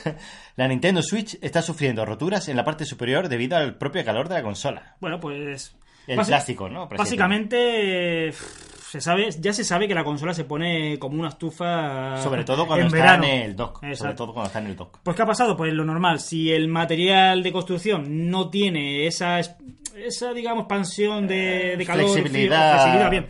la Nintendo Switch está sufriendo roturas en la parte superior debido al propio calor de la consola. Bueno, pues. El basi- plástico, ¿no? Por así Básicamente. eh, Se sabe, ya se sabe que la consola se pone como una estufa. Sobre todo cuando en está verano. en el dock. Sobre Exacto. todo cuando está en el dock. Pues, ¿qué ha pasado? Pues lo normal, si el material de construcción no tiene esa, es- esa digamos, expansión de, de calor, Flexibilidad. frío, flexibilidad, bien,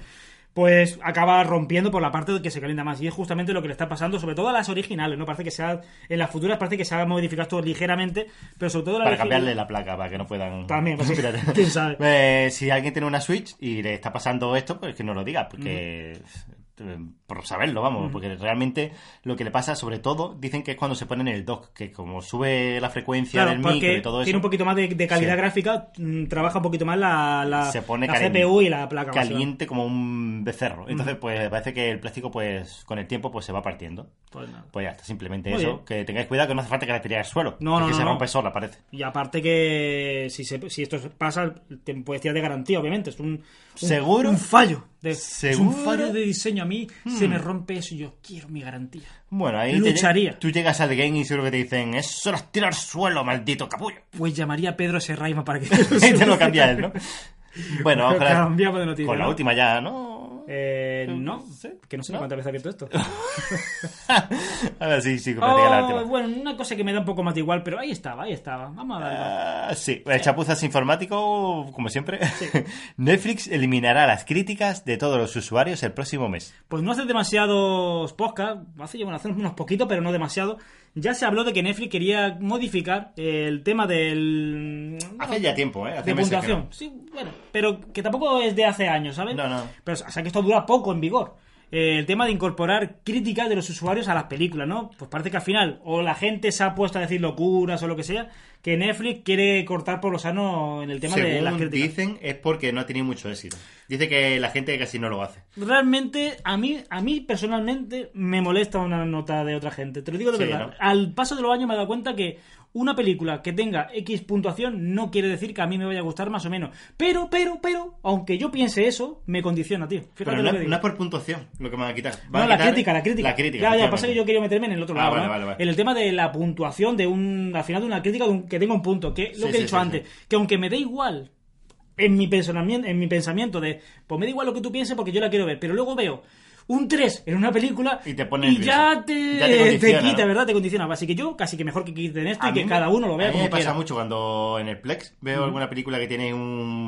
pues acaba rompiendo por la parte de que se calienta más. Y es justamente lo que le está pasando, sobre todo a las originales, ¿no? Parece que se ha, en las futuras parece que se ha modificado todo ligeramente, pero sobre todo la Para original- cambiarle la placa, para que no puedan... También, pues, Espérate. quién sabe. Eh, si alguien tiene una Switch y le está pasando esto, pues que no lo diga, porque... Mm. eh, Por saberlo, vamos, porque realmente lo que le pasa, sobre todo, dicen que es cuando se pone en el dock, que como sube la frecuencia Claro, del micro porque y todo eso, tiene un poquito más de, de calidad Sí. gráfica, mm, trabaja un poquito más la, la- se pone la caliente. CPU y la placa. base. caliente como un Mm. becerro. Entonces, pues parece que el plástico, pues con el tiempo, pues se va partiendo. Pues nada. Pues ya está, simplemente Muy eso, bien. que tengáis cuidado que no hace falta que la tiréis al suelo, No, porque no, se no, no. rompe sola, parece. Y aparte que si, se- si esto pasa, te puedes tirar de garantía, obviamente. Es un, un- ¿Seguro? un fallo. de- ¿Seguro? Hmm. Es un fallo de diseño. A mí se me rompe eso y yo quiero mi garantía. Bueno, ahí te- Lucharía. tú llegas al game y seguro que te dicen, eso lo tirar al suelo, maldito capullo. Pues llamaría a Pedro Serraima para que Y te lo cambia él, ¿no? Bueno, vamos con la, Cambiamos de noticia, con la ¿no? última ya, ¿no? Eh, no, Sí. que no sé ¿No? cuántas veces ha abierto esto. a ver, sí, sí, que platica la Oh, última. bueno, una cosa que me da un poco más de igual, pero ahí estaba, ahí estaba. Vamos a darle. Ah, sí, el chapuzas informático, como siempre. Netflix eliminará las críticas de todos los usuarios el próximo mes. Pues no hace demasiados podcasts, hace, bueno, hace unos poquitos, pero no demasiado. Ya se habló de que Netflix quería modificar el tema del. mm, Hace ya tiempo, ¿eh? Hace de meses que puntuación. Sí, bueno, pero que tampoco es de hace años, ¿sabes? No, no. Pero, o sea, que esto dura poco en vigor. Eh, el tema de incorporar críticas de los usuarios a las películas, ¿no? Pues parece que al final o la gente se ha puesto a decir locuras o lo que sea, que Netflix quiere cortar por lo sano en el tema de las Según críticas. dicen, es porque no ha tenido mucho éxito. Dice que la gente casi no lo hace. Realmente, a mí, a mí personalmente me molesta una nota de otra gente. Te lo digo de Sí, verdad. ¿no? Al paso de los años me he dado cuenta que una película que tenga X puntuación no quiere decir que a mí me vaya a gustar más o menos. Pero, pero, pero, aunque yo piense eso, me condiciona, tío. Fíjate Pero lo no, que es- digo. no es por puntuación lo que me van a quitar. No, Van a la quitar crítica, la crítica. La crítica. Ya, ya, efectivamente. pasa que yo quería meterme en el otro Ah, lado. vale, ¿no? vale, vale. En el tema de la puntuación de un. Al final de una crítica de un- que tenga un punto. Que lo Sí, que he sí, dicho sí, antes. Que aunque me dé igual. En mi, pensamiento, en mi pensamiento de. Pues me da igual lo que tú pienses porque yo la quiero ver. Pero luego veo un 3 en una película. Y te pone y nervioso. ya te, Ya te condiciona, quita, ¿no? ¿verdad? Te condiciona. Así que yo casi que mejor que quiten esto A y que mí me- cada uno lo vea a mí como me pasa quiera. mucho cuando en el Plex veo alguna película que tiene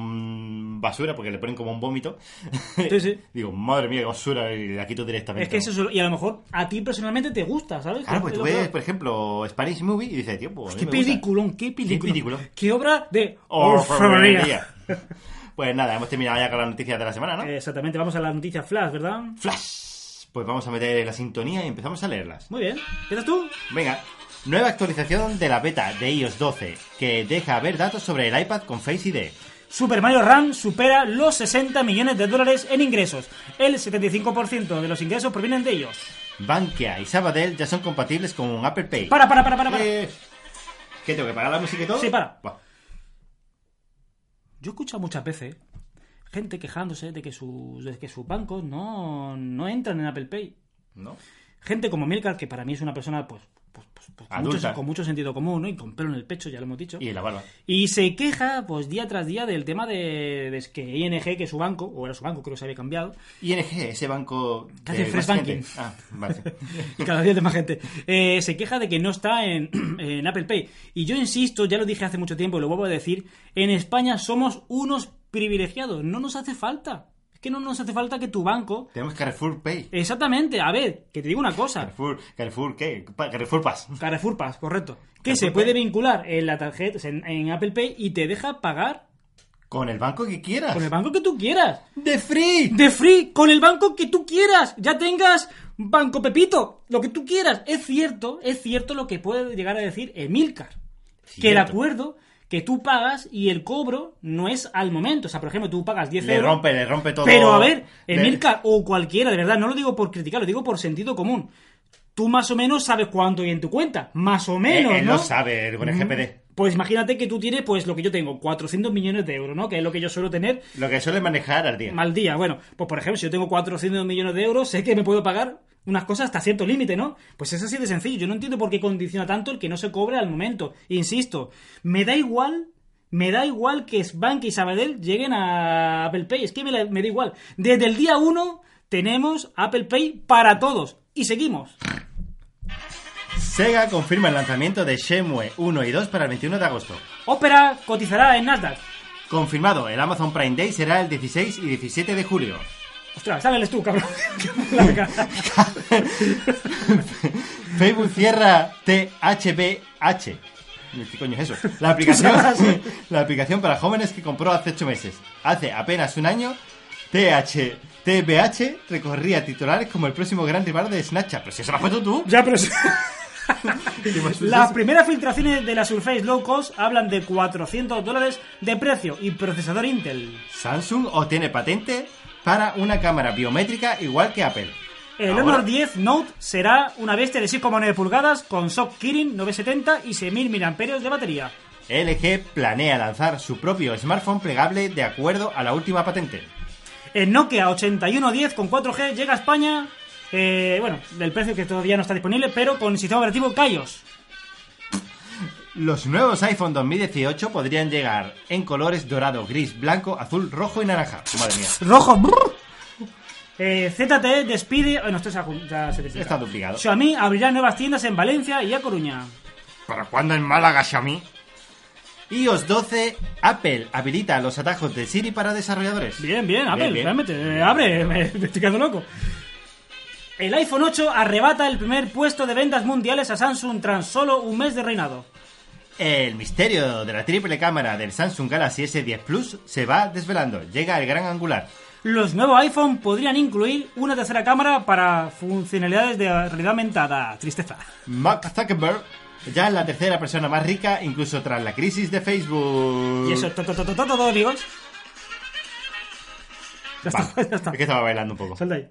un basura porque le ponen como un vómito. Sí, sí. Digo, madre mía, qué basura, y la quito directamente. Es que eso. es- Y a lo mejor a ti personalmente te gusta, ¿sabes? Claro, pues Es tú lo ves, peor. por ejemplo, Spanish Movie y dices, tío, pues. a mí Qué me gusta. peliculón, qué película. peliculón. Qué obra de orfebrería. Orfebrería. Pues nada, hemos terminado ya con las noticias de la semana, ¿no? Exactamente, vamos a las noticias flash, ¿verdad? Flash. Pues vamos a meter la sintonía y empezamos a leerlas. Muy bien. ¿Empiezas tú? Venga, nueva actualización de la beta de iOS 12 que deja ver datos sobre el iPad con Face ID. Super Mario Run supera los 60 millones de dólares en ingresos. El 75% de los ingresos provienen de ellos. Bankia y Sabadell ya son compatibles con Apple Pay. Para, para, para, para. para. Eh, ¿Qué tengo que parar la música y todo? Sí, para. Buah, Yo he escuchado muchas veces gente quejándose de que sus, de que sus bancos no, no entran en Apple Pay. ¿No? gente como Milcar, que para mí es una persona pues, pues, pues, pues, con, Adulta. mucho, con mucho sentido común, ¿no? Y con pelo en el pecho, ya lo hemos dicho. Y la barba. Y se queja, pues día tras día, del tema de, de que ING, que es su banco, o era su banco, creo que se había cambiado, ING, ese banco. Que hace fresh más gente. banking. Ah, vale. y cada día de más gente, eh, se queja de que no está en, en Apple Pay. Y yo insisto, ya lo dije hace mucho tiempo y lo vuelvo a decir, en España somos unos privilegiados, no nos hace falta. Es que no nos hace falta que tu banco... Tenemos Carrefour Pay. Exactamente, a ver, que te digo una cosa. Carrefour, Carrefour, ¿qué? Pa- Carrefour Pass. Carrefour Pass, correcto. Que Carrefour se puede Pay. vincular en la tarjeta, en, en Apple Pay y te deja pagar Con el banco que quieras. con el banco que tú quieras. ¡De free! De free, con el banco que tú quieras. Ya tengas Banco Pepito, lo que tú quieras. Es cierto, es cierto lo que puede llegar a decir Emilcar. Que el Cierto. acuerdo que tú pagas y el cobro no es al momento. O sea, por ejemplo, tú pagas 10 Le euros. rompe, le rompe todo. Pero a ver, Le- Emilcar o cualquiera, de verdad, no lo digo por criticar, lo digo por sentido común. Tú más o menos sabes cuánto hay en tu cuenta. Más o Eh, menos, él ¿no? lo sabe, él con el GPD. Pues imagínate que tú tienes, pues lo que yo tengo, 400 millones de euros, ¿no? Que es lo que yo suelo tener Lo que suele manejar al día. mal día. Bueno, pues por ejemplo, si yo tengo 400 millones de euros, sé que me puedo pagar unas cosas hasta cierto límite, ¿no? Pues es así de sencillo. Yo no entiendo por qué condiciona tanto el que no se cobre al momento. Insisto, me da igual. Me da igual que Sbank y Sabadell lleguen a Apple Pay. Es que me, la- me da igual. Desde el día 1 tenemos Apple Pay para todos. Y seguimos. Sega confirma el lanzamiento de Shenmue 1 y 2 para el 21 de agosto. Opera cotizará en Nasdaq. Confirmado, el Amazon Prime Day será el 16 y 17 de julio. Ostras, sábeles tú, cabrón. La cara. Facebook cierra THBH. ¿Qué coño es eso? La aplicación, la aplicación para jóvenes que compró hace 8 meses. Hace apenas un año, THTBH recorría titulares como el próximo gran rival de Snapchat. Pero si eso lo has puesto tú. pues, Ya, pero... ¿Te imaginas? Las primeras filtraciones de la Surface Low Cost hablan de 400 dólares de precio y procesador Intel. Samsung obtiene patente para una cámara biométrica igual que Apple. El Ahora- Honor 10 Note será una bestia de 6,9 pulgadas con SOC Kirin 970 y 6.000 mAh de batería. LG planea lanzar su propio smartphone plegable de acuerdo a la última patente. El Nokia 8110 con 4G llega a España, eh, bueno, del precio que todavía no está disponible, pero con sistema operativo Kaios. Los nuevos iPhone 2018 podrían llegar en colores dorado, gris, blanco, azul, rojo y naranja. Madre mía, Rojo. brr. Eh, ZTE despide... Bueno, esto se ha jun- ya se está duplica. duplicado. Xiaomi abrirá nuevas tiendas en Valencia y A Coruña. ¿Para cuándo en Málaga, Xiaomi? iOS 12, Apple habilita los atajos de Siri para desarrolladores. Bien, bien, Apple, bien. realmente, eh, abre, me, me estoy quedando loco. El iPhone 8 arrebata el primer puesto de ventas mundiales a Samsung tras solo un mes de reinado. El misterio de la triple cámara del Samsung Galaxy S10 Plus se va desvelando. Llega el gran angular. Los nuevos iPhone podrían incluir una tercera cámara para funcionalidades de realidad aumentada. Tristeza. Mark Zuckerberg ya es la tercera persona más rica, incluso tras la crisis de Facebook. Y eso es to- to- to- to- to- todo, amigos. Ya Va, está, ya está. Es que estaba bailando un poco. Sal de ahí.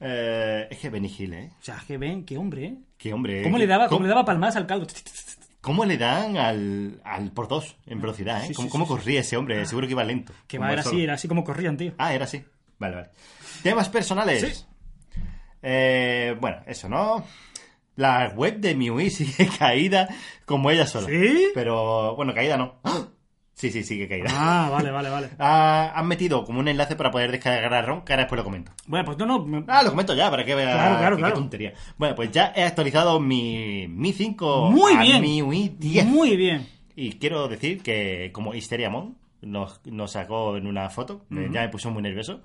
Eh, es que Benny Hill, ¿eh? O sea, que ven, qué hombre, ¿eh? Qué hombre. ¿Cómo le daba, cómo le daba palmadas al caldo? cómo le dan al, al por dos en velocidad, Sí, eh? sí, ¿Cómo, sí, cómo sí. Ah. corría ese hombre? Seguro que iba lento. Que como va, el era sol. así, era así como corrían, tío. Ah, era así. Vale, vale. Temas personales. Eh, bueno, eso, ¿no? La web de MIUI sigue caída como ella sola. ¿Sí? Pero, bueno, caída no. ¡Ah! Sí, sí, sigue caída. Ah, vale, vale, vale. Ah, han metido como un enlace para poder descargar a ROM, que ahora después lo comento. Bueno, pues no, no. me- Ah, lo comento ya, para que veas Claro, claro, qué claro. tontería. Bueno, pues ya he actualizado mi, mi 5 Muy a bien. MIUI 10. Muy bien. Y quiero decir que como Histeriamon nos, nos sacó en una foto, me- ya me puso muy nervioso,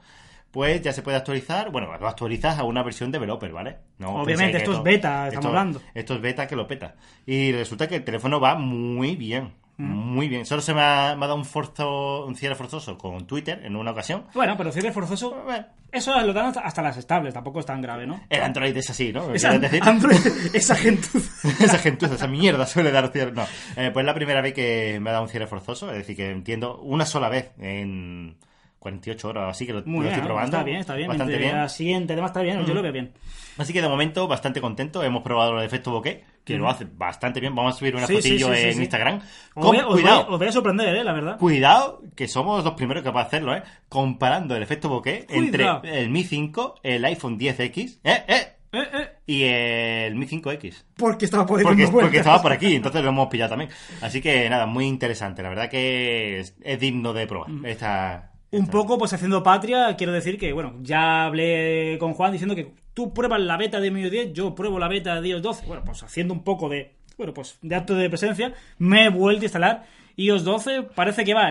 pues ya se puede actualizar, bueno, lo actualizas a una versión developer, ¿vale? No Obviamente, penséis que esto es beta, estamos hablando. Esto es beta que lo peta. Y resulta que el teléfono va muy bien. Muy bien. Solo se me ha, me ha dado un forzo, un cierre forzoso con Twitter en una ocasión. Bueno, pero cierre forzoso. Bueno, Eso lo dan hasta- hasta las estables, tampoco es tan grave, ¿no? el Android es así, ¿no? Esa, ¿Quieres Pues decir? Android, esa gente. esa gentuza, esa mierda suele dar cierre. No, Eh, pues la primera vez que me ha dado un cierre forzoso, es decir, que entiendo una sola vez en 48 horas, así que lo, lo Muy bien, estoy probando. está bien, está bien. "Ah, Bastante Entre bien. La siguiente, además está bien, yo lo veo bien. Así que de momento, bastante contento. Hemos probado el efecto bokeh, que lo hace bastante bien. Vamos a subir una Sí, sí, fotillo sí, sí, en sí. Instagram. Os Con- voy, a- os voy- cuidado, os voy a sorprender, ¿eh? La verdad. cuidado, que somos los primeros que va a hacerlo, ¿eh? Comparando el efecto bokeh Cuidado. entre el Mi 5, el iPhone 10X, ¿eh? ¿eh? Eh, eh, Y el Mi 5X. porque estaba por ahí porque, dando vueltas. porque estaba por aquí, entonces lo hemos pillado también. Así que nada, muy interesante. La verdad que es, es digno de probar. Mm. Esta, Un esta- poco, pues haciendo patria, quiero decir que, bueno, ya hablé con Juan diciendo que tú pruebas la beta de medio 10, yo pruebo la beta de iOS 12. Bueno, pues haciendo un poco de, bueno, pues de acto de presencia, me he vuelto a instalar iOS 12. Parece que va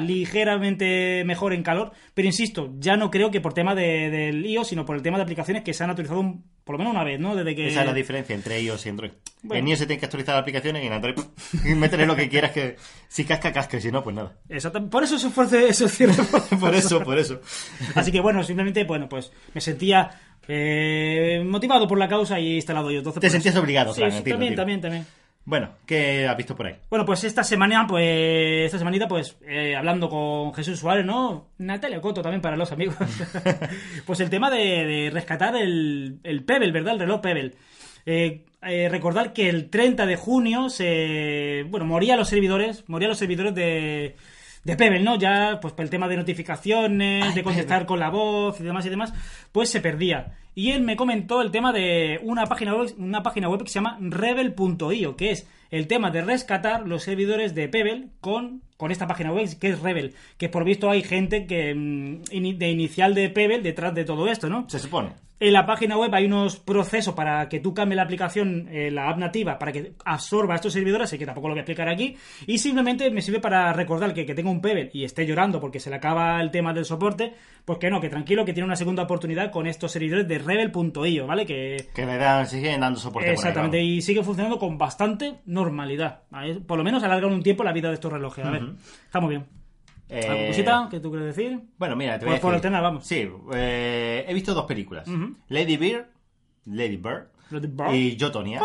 ligeramente mejor en calor, pero insisto, ya no creo que por tema de- del iOS, sino por el tema de aplicaciones que se han actualizado un- por lo menos una vez, ¿no? Desde que. Esa es la diferencia entre iOS y Android. Bueno. En iOS se tienen que actualizar las aplicaciones y en Android pff, métele lo que quieras que si casca, casca, y si no, pues nada. Exacto, por eso se esfuerce eso es cierto. Por eso, por eso. Así que bueno, simplemente, bueno, pues me sentía eh, motivado por la causa y he instalado yo. Entonces, Te pues, sentías obligado, sí, Fran, sí, entiendo, también, entiendo. también, también. Bueno, ¿qué has visto por ahí? Bueno, pues esta semana, pues, esta semanita, pues, eh, hablando con Jesús Suárez, ¿no? Natalia Coto también para los amigos. pues el tema de, de rescatar el, el Pebble, ¿verdad? El reloj Pebble. Eh, eh, recordar que el 30 de junio se, bueno, morían los servidores, morían los servidores de, de Pebble, ¿no? Ya, pues, por el tema de notificaciones, Ay, de contestar con la voz y demás y demás, pues se perdía. Y él me comentó el tema de una página web, una página web que se llama rebel.io, que es el tema de rescatar los servidores de Pebble con, con esta página web que es Rebel, que por visto hay gente que mm, ini- de inicial de Pebble detrás de todo esto, ¿no? Se supone. En la página web hay unos procesos para que tú cambies la aplicación, eh, la app nativa, para que absorba estos servidores, así que tampoco lo voy a explicar aquí. Y simplemente me sirve para recordar que, que tengo un Pebble y esté llorando porque se le acaba el tema del soporte, pues que no, que tranquilo, que tiene una segunda oportunidad con estos servidores de rebel.io, ¿vale? Que Que le dan, siguen dando soporte. por ahí, Exactamente, vamos. y sigue funcionando con bastante normalidad. A ver, Por lo menos alargan un tiempo la vida de estos relojes. A ver, está muy bien. Eh, Pues ¿Alguna cosita que tú quieres decir? Bueno, mira, te voy a Por- por decir. alternar, vamos. Sí, eh, he visto dos películas. Lady Bird, Lady Bird Lady Bird. y Yo Tonia.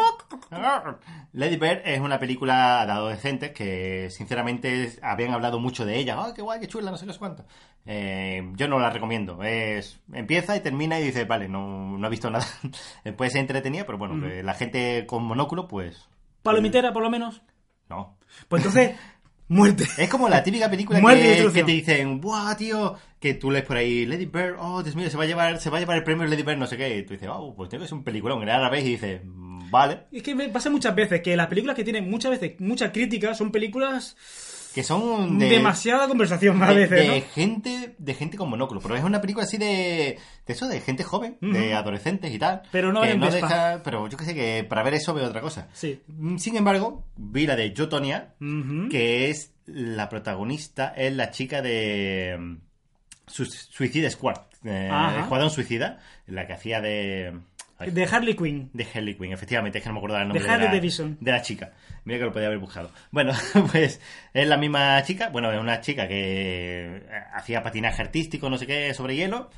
Lady Bird es una película de adolescentes que sinceramente es- habían hablado mucho de ella. ¡Ah, qué guay, qué chula, no sé qué sé cuánto! Eh, yo no la recomiendo. Es, empieza y termina y dices, vale, no, no he visto nada. Puede ser entretenida, pero bueno, eh, la gente con monóculo, pues Palomitera, por lo menos. no. Pues entonces, muerte. Es como la típica película Muerte y que, destrucción. que te dicen, ¡buah, tío! Que tú lees por ahí, Lady Bird, oh, Dios mío, se va a llevar, se va a llevar el premio Lady Bird, no sé qué. Y tú dices, oh, pues tengo que es un peliculón. Y ahora la vez y dices, "Mm, vale. Es que me pasa muchas veces que las películas que tienen muchas veces mucha crítica son películas Que son de, de. demasiada conversación a de- veces, de ¿no? gente de gente con monóculo pero es una película así de de eso de gente joven de adolescentes y tal Pero no que en Vespa. deja pero yo que sé que para ver eso veo otra cosa Sí. Mm, sin embargo vi la de Jotonia Ujú. que es la protagonista, es la chica de mm, Su- Suicide Squad, eh, Ajá. Escuadrón Suicida, la que hacía de... ay, De Harley Quinn. de Harley Quinn, efectivamente, es que no me acordaba el nombre De de, Harley la, Davidson. de la chica. Mira que lo podía haber buscado. Bueno, pues es la eh, misma chica, bueno, es una chica que hacía patinaje artístico, no sé qué, sobre hielo,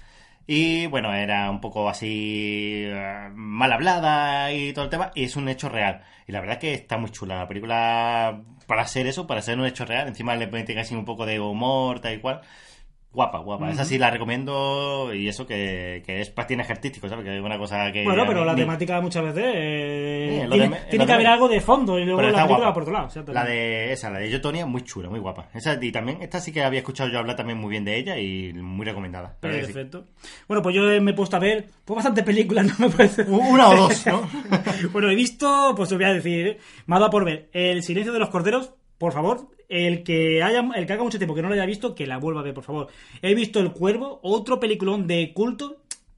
Y bueno, era un poco así eh, mal hablada y todo el tema, y es un hecho real. Y la verdad es que está muy chula la película para ser eso, para ser un hecho real. Encima le meten así un poco de humor, tal y cual. Guapa, guapa. Esa sí la recomiendo y eso que, que es patinaje artístico, ¿sabes? Que es una cosa que... Bueno, a pero mí- la ni- temática muchas veces eh, Sí, Eh, lo de tiene, me- tiene lo de que haber me- algo de fondo y luego Pero la está película guapa. va por otro lado. o sea, La de esa, la de Yotonia, muy chula, muy guapa. Esa, y también, esta sí que había escuchado yo hablar también muy bien de ella y muy recomendada. la verdad que sí. Perfecto. Bueno, pues yo me he puesto a ver pues bastantes películas, no me parece. Una o dos, ¿no? bueno, he visto, pues os voy a decir, ¿eh? me ha dado por ver El silencio de los corderos, por favor. El que haya, el que haga mucho tiempo que no lo haya visto, que la vuelva a ver, por favor. He visto El Cuervo, otro peliculón de culto,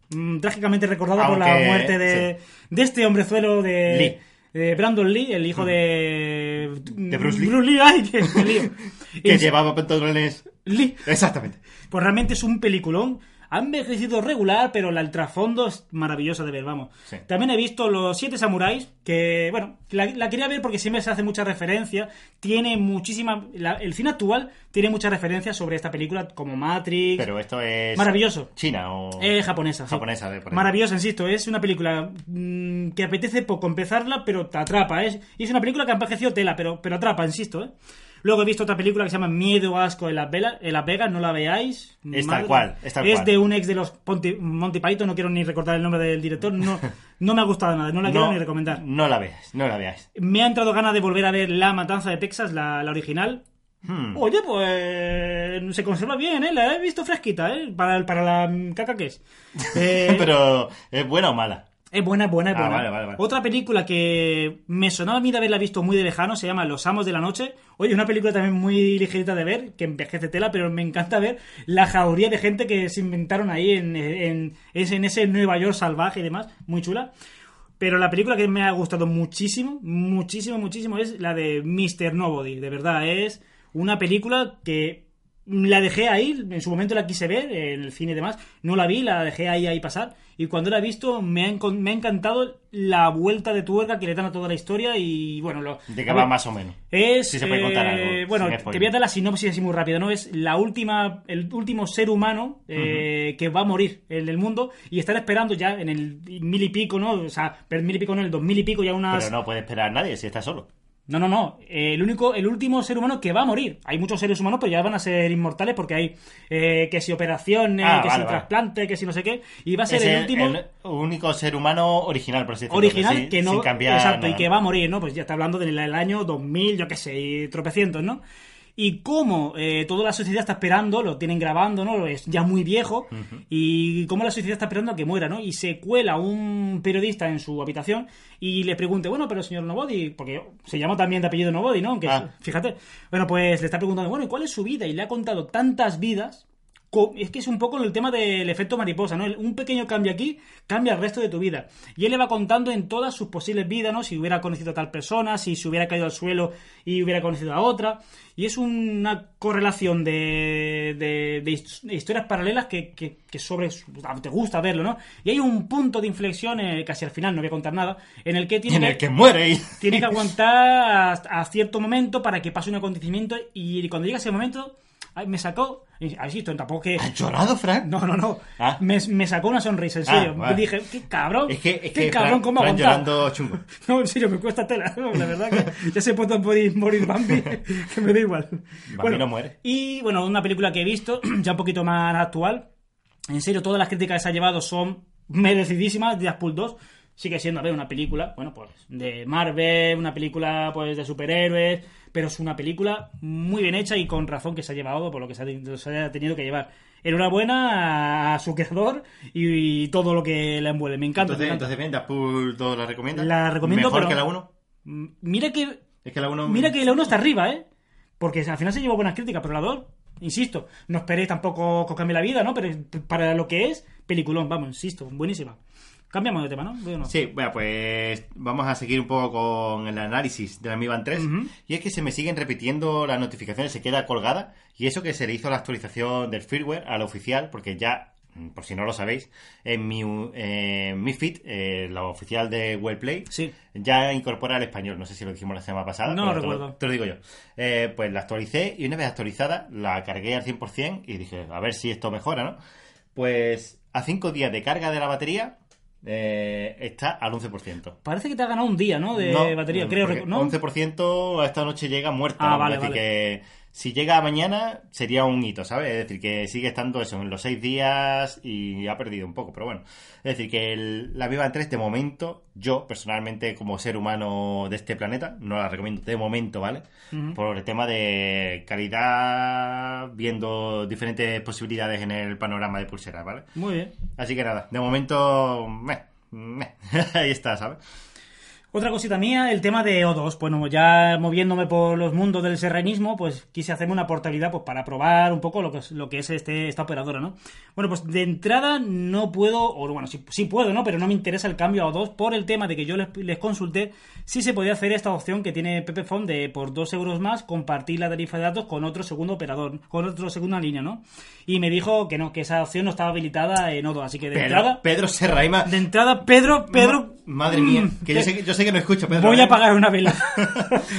mm, trágicamente recordado por la Aunque, muerte de, de este hombrezuelo de, Lee. Mm. de Brandon Lee, el hijo de, De Bruce Lee. ay, qué, qué lío. que Es- llevaba pantalones... Lee. Exactamente. Pues realmente es un peliculón. Ha envejecido regular, pero la- el trasfondo es maravillosa de ver, vamos. Sí. También he visto Los Siete Samuráis, que, bueno, la, la quería ver porque siempre se hace mucha referencia. Tiene muchísima. la- el cine actual tiene muchas referencias sobre esta película, como Matrix. Pero esto es... Maravilloso. China o... Eh, japonesa. sí. Japonesa, de por ahí. Maravillosa, insisto. Es una película mm, que apetece poco empezarla, pero te atrapa. Es, y es una película que ha envejecido tela, pero, pero atrapa, insisto. ¿eh? Luego he visto otra película que se llama Miedo, Asco en Las, Velas, en Las Vegas. No la veáis. Es Madre- tal cual, es tal es cual. de un ex de los Ponti- Monty Python. No quiero ni recordar el nombre del director. No, no me ha gustado nada. No la quiero ni recomendar. No la veas, no la veas. Me ha entrado ganas de volver a ver La Matanza de Texas, la, la original. Hmm. Oye, pues se conserva bien, ¿eh? La he visto fresquita, ¿eh? Para, para la mm, caca que es. Eh, Pero, ¿es buena o mala? Es buena, es buena, es Ah, buena. vale, vale, vale. Otra película que me sonaba a mí de haberla visto muy de lejano se llama Los Amos de la Noche. Oye, una película también muy ligerita de ver, que envejece tela, pero me encanta ver la jauría de gente que se inventaron ahí en, en, es- en ese Nueva York salvaje y demás. Muy chula. Pero la película que me ha gustado muchísimo, muchísimo, muchísimo es la de Mr. Nobody. De verdad, es una película que la dejé ahí, en su momento la quise ver, en el cine y demás, no la vi, la dejé ahí, ahí pasar, y cuando la he visto me ha, encon- me ha encantado la vuelta de tuerca que le dan a toda la historia y bueno, lo, ¿De a qué va ver, más o menos? Es, Si se puede contar algo, eh, sin Bueno, spoiler. te voy a dar la sinopsis así muy rápida, ¿no? Es la última, el último ser humano eh, que va a morir en el mundo y están esperando ya en el mil y pico, ¿no? O sea, pero mil y pico no, el dos mil y pico ya unas... Pero no puede esperar a nadie si está solo. No, no, no. Eh, el único, el último ser humano que va a morir. Hay muchos seres humanos, pero ya van a ser inmortales porque hay eh, que si operaciones, Ah, que si vale, vale. trasplante, que si no sé qué. Y va a ser Es Ah, el, último el único ser humano original, por así decirlo. original sin- que no. Sin cambiar exacto, y nada. que va a morir, ¿no? Pues ya está hablando del el año 2000, yo qué sé, y tropecientos, ¿no? Y cómo eh, toda la sociedad está esperando, lo tienen grabando, ¿no? Es ya muy viejo. Y cómo la sociedad está esperando a que muera, ¿no? Y se cuela un periodista en su habitación y le pregunta, bueno, pero señor Nobody, porque se llama también de apellido Nobody, ¿no? Aunque, Ah. fíjate. Bueno, pues le está preguntando, bueno, ¿y cuál es su vida? Y le ha contado tantas vidas Co- Es que es un poco el tema del efecto mariposa, ¿no? El- Un pequeño cambio aquí cambia el resto de tu vida. Y él le va contando en todas sus posibles vidas, ¿no? Si hubiera conocido a tal persona, si se hubiera caído al suelo y hubiera conocido a otra. Y es una correlación de, de- de his- de historias paralelas que, que- que sobre... ah, Te gusta verlo, ¿no? Y hay un punto de inflexión, eh, casi al final, no voy a contar nada, en el que tiene En que- el que muere y... tiene que aguantar hasta- a, cierto momento para que pase un acontecimiento y cuando llega ese momento ay, me sacó, insisto, tampoco que... ¿Has llorado, Fran? No, no, no. Ah. Me, me sacó una sonrisa, en serio. Ah, vale. Dije, qué cabrón. Es que, es qué que cabrón, Fran- cómo Fran aguantar. llorando chungo. No, en serio, me cuesta tela. ¿no? La verdad que ya se puede morir, morir Bambi, que me da igual. no muere. Y bueno, una película que he visto, ya un poquito más actual. En serio, todas las críticas que se ha llevado son merecidísimas. Deadpool 2 sigue siendo, a ver, una película, bueno, pues de Marvel, una película pues de superhéroes, pero es una película muy bien hecha y con razón que se ha llevado por lo que se ha, tenido- se haya tenido que llevar. Enhorabuena a su creador y, todo lo que la envuelve. Me encanta. Entonces, me encanta. entonces bien, Deadpool 2 la recomiendas. La recomiendo, Mejor pero- que la 1. Mm, Mira que Es que la 1... Mira que la 1 está arriba, ¿eh? Porque al final se llevó buenas críticas, pero la 2, insisto, no esperéis tampoco que os cambie la vida, ¿no? Pero para lo que es, peliculón, vamos, insisto, buenísima. Cambiamos de tema, ¿no? Yo no. Sí, bueno, pues vamos a seguir un poco con el análisis de la Mi Band 3. Ujú. Y es que se me siguen repitiendo las notificaciones, se queda colgada. Y eso que se le hizo la actualización del firmware a la oficial, porque ya, mm, por si no lo sabéis, en mi, eh, mi feed, eh, la oficial de Wellplay, Sí. ya incorpora el español. No sé si lo dijimos la semana pasada. No lo pero te recuerdo. Te lo digo yo. Eh, pues la actualicé y una vez actualizada la cargué al 100% y dije, a ver si esto mejora, ¿no? Pues a 5 días de carga de la batería eh, está al 11%. Parece que te ha ganado un día, ¿no? De No, batería, no, creo. porque recu- ¿No? 11% a esta noche llega muerta. Ah, ¿no? vale, es decir, vale. que si llega mañana sería un hito, ¿sabes? Es decir, que sigue estando eso en los 6 días y ha perdido un poco, pero bueno. Es decir, que el- la Viva 3 de momento, yo personalmente como ser humano de este planeta, no la recomiendo de momento, ¿vale? Por el tema de calidad, viendo diferentes posibilidades en el panorama de pulseras, ¿vale? Muy bien. Así que nada, de momento... meh, meh. Ahí está, ¿sabes? Otra cosita mía, el tema de O2. Bueno, ya moviéndome por los mundos del serrenismo, pues quise hacerme una portabilidad pues, para probar un poco lo que es, lo que es este, esta operadora, ¿no? Bueno, pues de entrada no puedo, o bueno, sí, sí puedo, ¿no? Pero no me interesa el cambio a O2 por el tema de que yo les, les consulté si se podía hacer esta opción que tiene Pepephone de por 2 euros más compartir la tarifa de datos con otro segundo operador, con otro segunda línea, ¿no? Y me dijo que no, que esa opción no estaba habilitada en O2, así que de Pedro, entrada... Pedro Serraima. De entrada, Pedro, Pedro... Ma- Madre mía, que yo Pe- sé que, yo sé que no escucho, Pedro. Voy ¿eh? a apagar una vela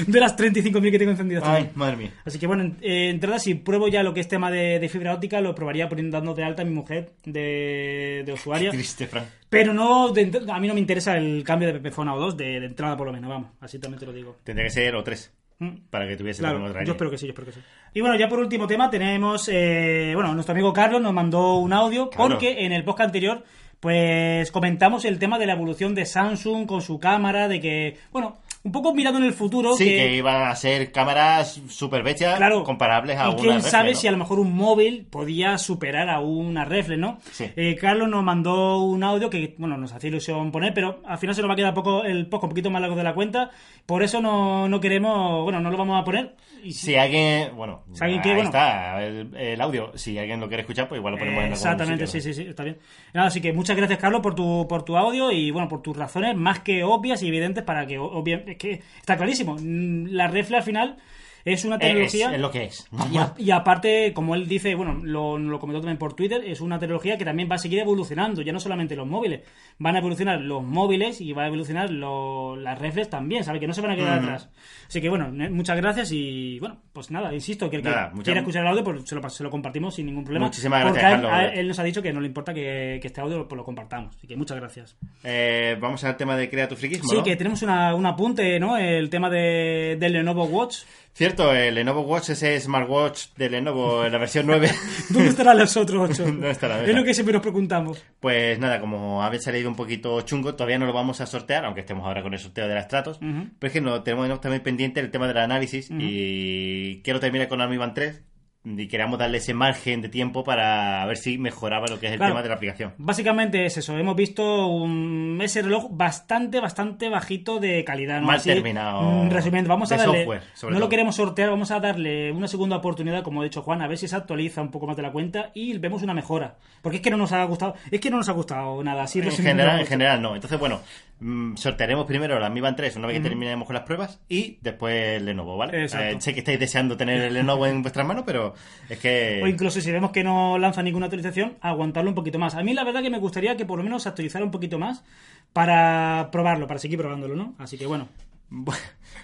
de las 35.000 que tengo encendidas. Ay, también. madre mía. Así que bueno, en- eh, entrada, si pruebo ya lo que es tema de, de fibra óptica, lo probaría poniendo dando de alta a mi mujer de, de Qué usuaria. triste, Fran. Pero no, de ent- a mí no me interesa el cambio de Pepephone a O2 de, de entrada, por lo menos, vamos. Así también te lo digo. Tendría que ser o tres Mm. para que tuviese Claro, también otra yo línea. espero que sí, yo espero que sí. Y bueno, ya por último tema tenemos, eh, bueno, nuestro amigo Carlos nos mandó un audio Carlos. porque en el podcast anterior pues comentamos el tema de la evolución de Samsung con su cámara, de que, bueno, un poco mirando en el futuro Sí, que... que iban a ser cámaras super bestias Claro. comparables a y una quién reflex, sabe ¿no? si a lo mejor un móvil podía superar a una refle, ¿no? Sí. Eh, Carlos nos mandó un audio que, bueno, nos hacía ilusión poner, pero al final se nos va a quedar poco, el poco, un poquito más largo de la cuenta. Por eso no, no queremos, bueno, no lo vamos a poner. Y Si alguien, bueno, Si alguien que, ahí bueno. está el, el audio. Si alguien lo quiere escuchar, pues igual lo ponemos en algún Exactamente, sí, sitio, sí, sí, está bien. Nada, así que muchas gracias, Carlos, por tu, por tu audio y bueno, por tus razones más que obvias y evidentes para que obvien. Es que está clarísimo. Mm, La refle al final es una ¿no? Eh, Es, tecnología. es lo que es. Y, a- y aparte, como él dice, bueno, lo, lo comentó también por Twitter, es una tecnología que también va a seguir evolucionando, ya no solamente los móviles, van a evolucionar los móviles y va a evolucionar lo- las reflex también, ¿sabes? Que no se van a quedar Ujú. atrás. Así que bueno, ne- muchas gracias y bueno, pues nada, insisto, que el que Nada, muchas- quiera escuchar el audio, pues se lo, pas- se lo compartimos sin ningún problema. Muchísimas porque gracias, a él- Carlos. a él, él nos ha dicho que no le importa que, que este audio pues, lo compartamos, así que muchas gracias. Eh, vamos al tema de Crea tu friquismo. Sí, ¿no? que tenemos una- un apunte, ¿no? El tema de, del Lenovo Watch. Cierto, el Lenovo Watch, ese smartwatch de Lenovo, en la versión 9. ¿Dónde estarán los otros ocho? ¿Dónde estará? Es lo que siempre nos preguntamos. Pues nada, como habéis salido un poquito chungo, todavía no lo vamos a sortear, aunque estemos ahora con el sorteo de las tratos. Ujú. Pero es que no, tenemos también pendiente el tema del análisis y quiero terminar con Armivan 3 y queríamos darle ese margen de tiempo para ver si mejoraba lo que es el Claro. tema de la aplicación. Básicamente es eso, hemos visto un, ese reloj bastante, bastante bajito de calidad. ¿no? Mal terminado. mm, Resumiendo, vamos a De darle, software, sobre no lo todo. queremos sortear, vamos a darle una segunda oportunidad, como ha dicho Juan, a ver si se actualiza un poco más de la cuenta y vemos una mejora. Porque es que no nos ha gustado, es que no nos ha gustado nada. Así en resumiendo, general, mucho. en general no. Entonces, bueno, mm, sortearemos primero la Mi Band 3 una vez que terminemos con las pruebas y después el Lenovo, ¿vale? Exacto. Eh, sé que estáis deseando tener el Lenovo en vuestras manos, pero es que... O incluso si vemos que no lanza ninguna actualización, aguantarlo un poquito más. A mí la verdad que me gustaría que por lo menos se actualizara un poquito más para probarlo, para seguir probándolo, ¿no? Así que bueno.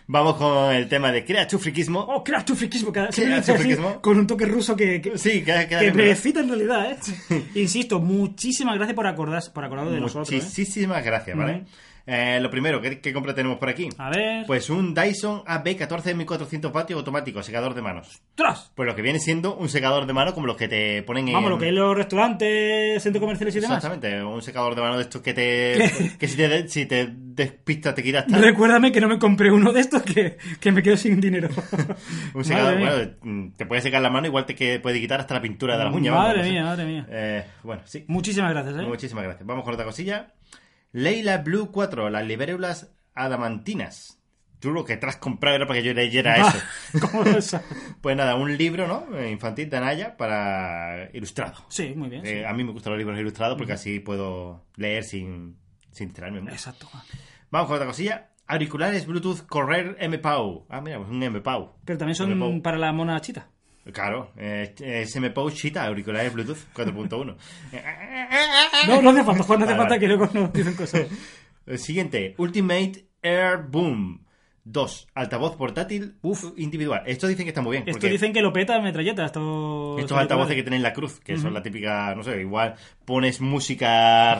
Vamos con el tema de Crea tu friquismo. ¡Oh, crash tu friquismo! cada- siempre Crash lo dice tu así, friquismo. Con un toque ruso que- que, Sí, queda, queda Que bien, ¿verdad? merecita en realidad, ¿eh? Insisto, muchísimas gracias por, acordar, por acordar de nosotros. ¿eh? Muchísimas gracias, ¿vale? Ujú. Eh, lo primero, ¿qué, qué compra tenemos por aquí? ¿eh? A ver. Pues un Dyson AB14 1400 vatios automático, secador de manos. ¡Tras! Pues lo que viene siendo un secador de manos como los que te ponen en... Vamos, lo que es los restaurantes, centros comerciales y demás. Exactamente, un secador de manos de estos que te... que si te, de- si te despistas te quitas... tal. Recuérdame que no me compré uno de estos que, que me quedo sin dinero. Un Madre secador, mía. bueno, mm, te puede secar la mano igual te que puede quitar hasta la pintura de las uñas. vamos, Madre no sé. mía, madre mía. Eh, bueno, sí. Muchísimas gracias, ¿eh? Muchísimas gracias. Vamos con otra cosilla. Leila Blue 4, las libérulas adamantinas. Tú lo que te has comprado era para que yo leyera Ah. eso. ¿Cómo lo sabes? Pues nada, un libro, ¿no? Eh, Infantil de Anaya para ilustrado. Sí, muy bien. sí. Eh, a mí me gustan los libros ilustrados porque así puedo leer sin, sin tirarme mucho. Exacto. Vamos con otra cosilla. Auriculares Bluetooth Correr MPAU. Ah, mira, pues un MPAU. Pero también MPAU. son para la mona chita. Claro, eh, es MPAU chita, auriculares Bluetooth 4.1. No, no hace falta, Juan, no hace falta Vale, vale. que luego nos dicen cosas. El siguiente, Ultimate Air Boom. Dos, altavoz portátil individual. Estos dicen que está muy bien. Esto porque dicen que lo peta metralleta. Estos, estos altavoces que tienen la cruz, que son la típica, no sé, igual pones música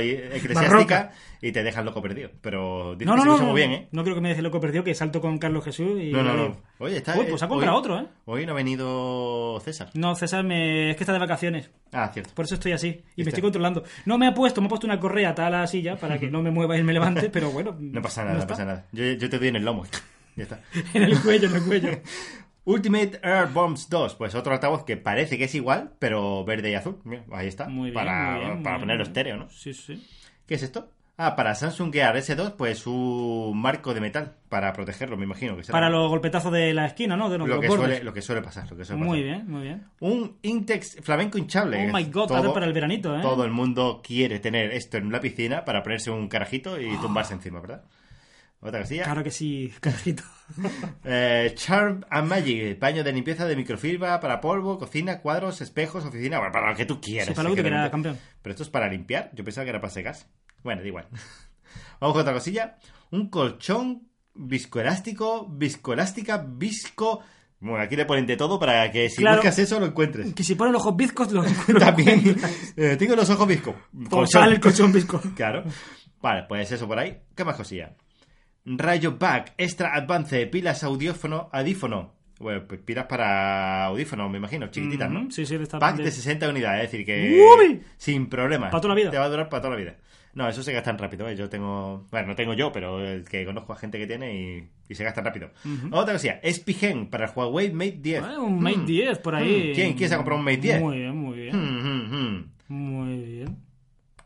y eclesiástica Barroca. y te dejan loco perdido. Pero dicen No, que no, se no. escucha No, muy bien, ¿eh? no creo que me deje loco perdido que salto con Carlos Jesús y. No, no, no. Oye, está. Uy, pues ha eh, comprado hoy- otro, ¿eh? Hoy no ha venido César. No, César, me... es que está de vacaciones. Ah, cierto. Por eso estoy así. Y Está. me estoy controlando. No me ha puesto, me ha puesto una correa tal a la silla para que no me mueva y me levante, pero bueno. No pasa nada, no, está. pasa nada. Yo, yo te doy en el lomo. ya está. En el cuello, en el cuello. Ultimate Air Bombs 2, pues otro altavoz que parece que es igual, pero verde y azul. Mira, ahí está. Muy bien. para muy bien, muy para bien. ponerlo estéreo, ¿no? Sí, sí. ¿Qué es esto? Ah, para Samsung Gear S2, pues un marco de metal para protegerlo, me imagino. Que será. Para los golpetazos de la esquina, ¿no? De los, lo, los que bordes. suele, lo que suele pasar. Lo que suele Muy pasar. bien, muy bien. Un Intex flamenco hinchable. Oh my god, ahora para el veranito, ¿eh? Todo el mundo quiere tener esto en la piscina para ponerse un carajito Ah. y tumbarse encima, ¿verdad? Otra casilla. Claro que sí, carajito. Eh, Charm and Magic, paño de limpieza de microfibra para polvo, cocina, cuadros, espejos, oficina, bueno, para lo que tú quieras. Sí, para lo que tú quieras, realmente- campeón. Pero esto es para limpiar, yo pensaba que era para secarse. Bueno, da igual. Vamos con otra cosilla. Un colchón viscoelástico, viscoelástica, visco... Bueno, aquí le ponen de todo para que si Claro. buscas eso lo encuentres. que si ponen los ojos bizcos, los. También eh, tengo los ojos visco. Pues sale el colchón bizco. Claro. Vale, pues eso por ahí. ¿Qué más cosilla? Rayo Back, Extra Advance, pilas audiófono, adífono. Bueno, pues pilas para audífono, me imagino, chiquititas, ¿no? Ujú, sí, sí, está Pack de- de 60 unidades, es decir que. Mm, ¡Uy! Sin problemas. Pa' toda la vida. Te va a durar para toda la vida. No, eso se gastan rápido, ¿eh? Yo tengo. Bueno, no tengo yo, pero eh, que conozco a gente que tiene y, y se gastan rápido. Otra cosilla, Espigen para el Huawei Mate 10. Ah, un Mate 10 por ahí. Mm. ¿Quién- quién se ha comprado un Mate 10? Muy bien, muy bien. Mm, mm, mm. Muy bien.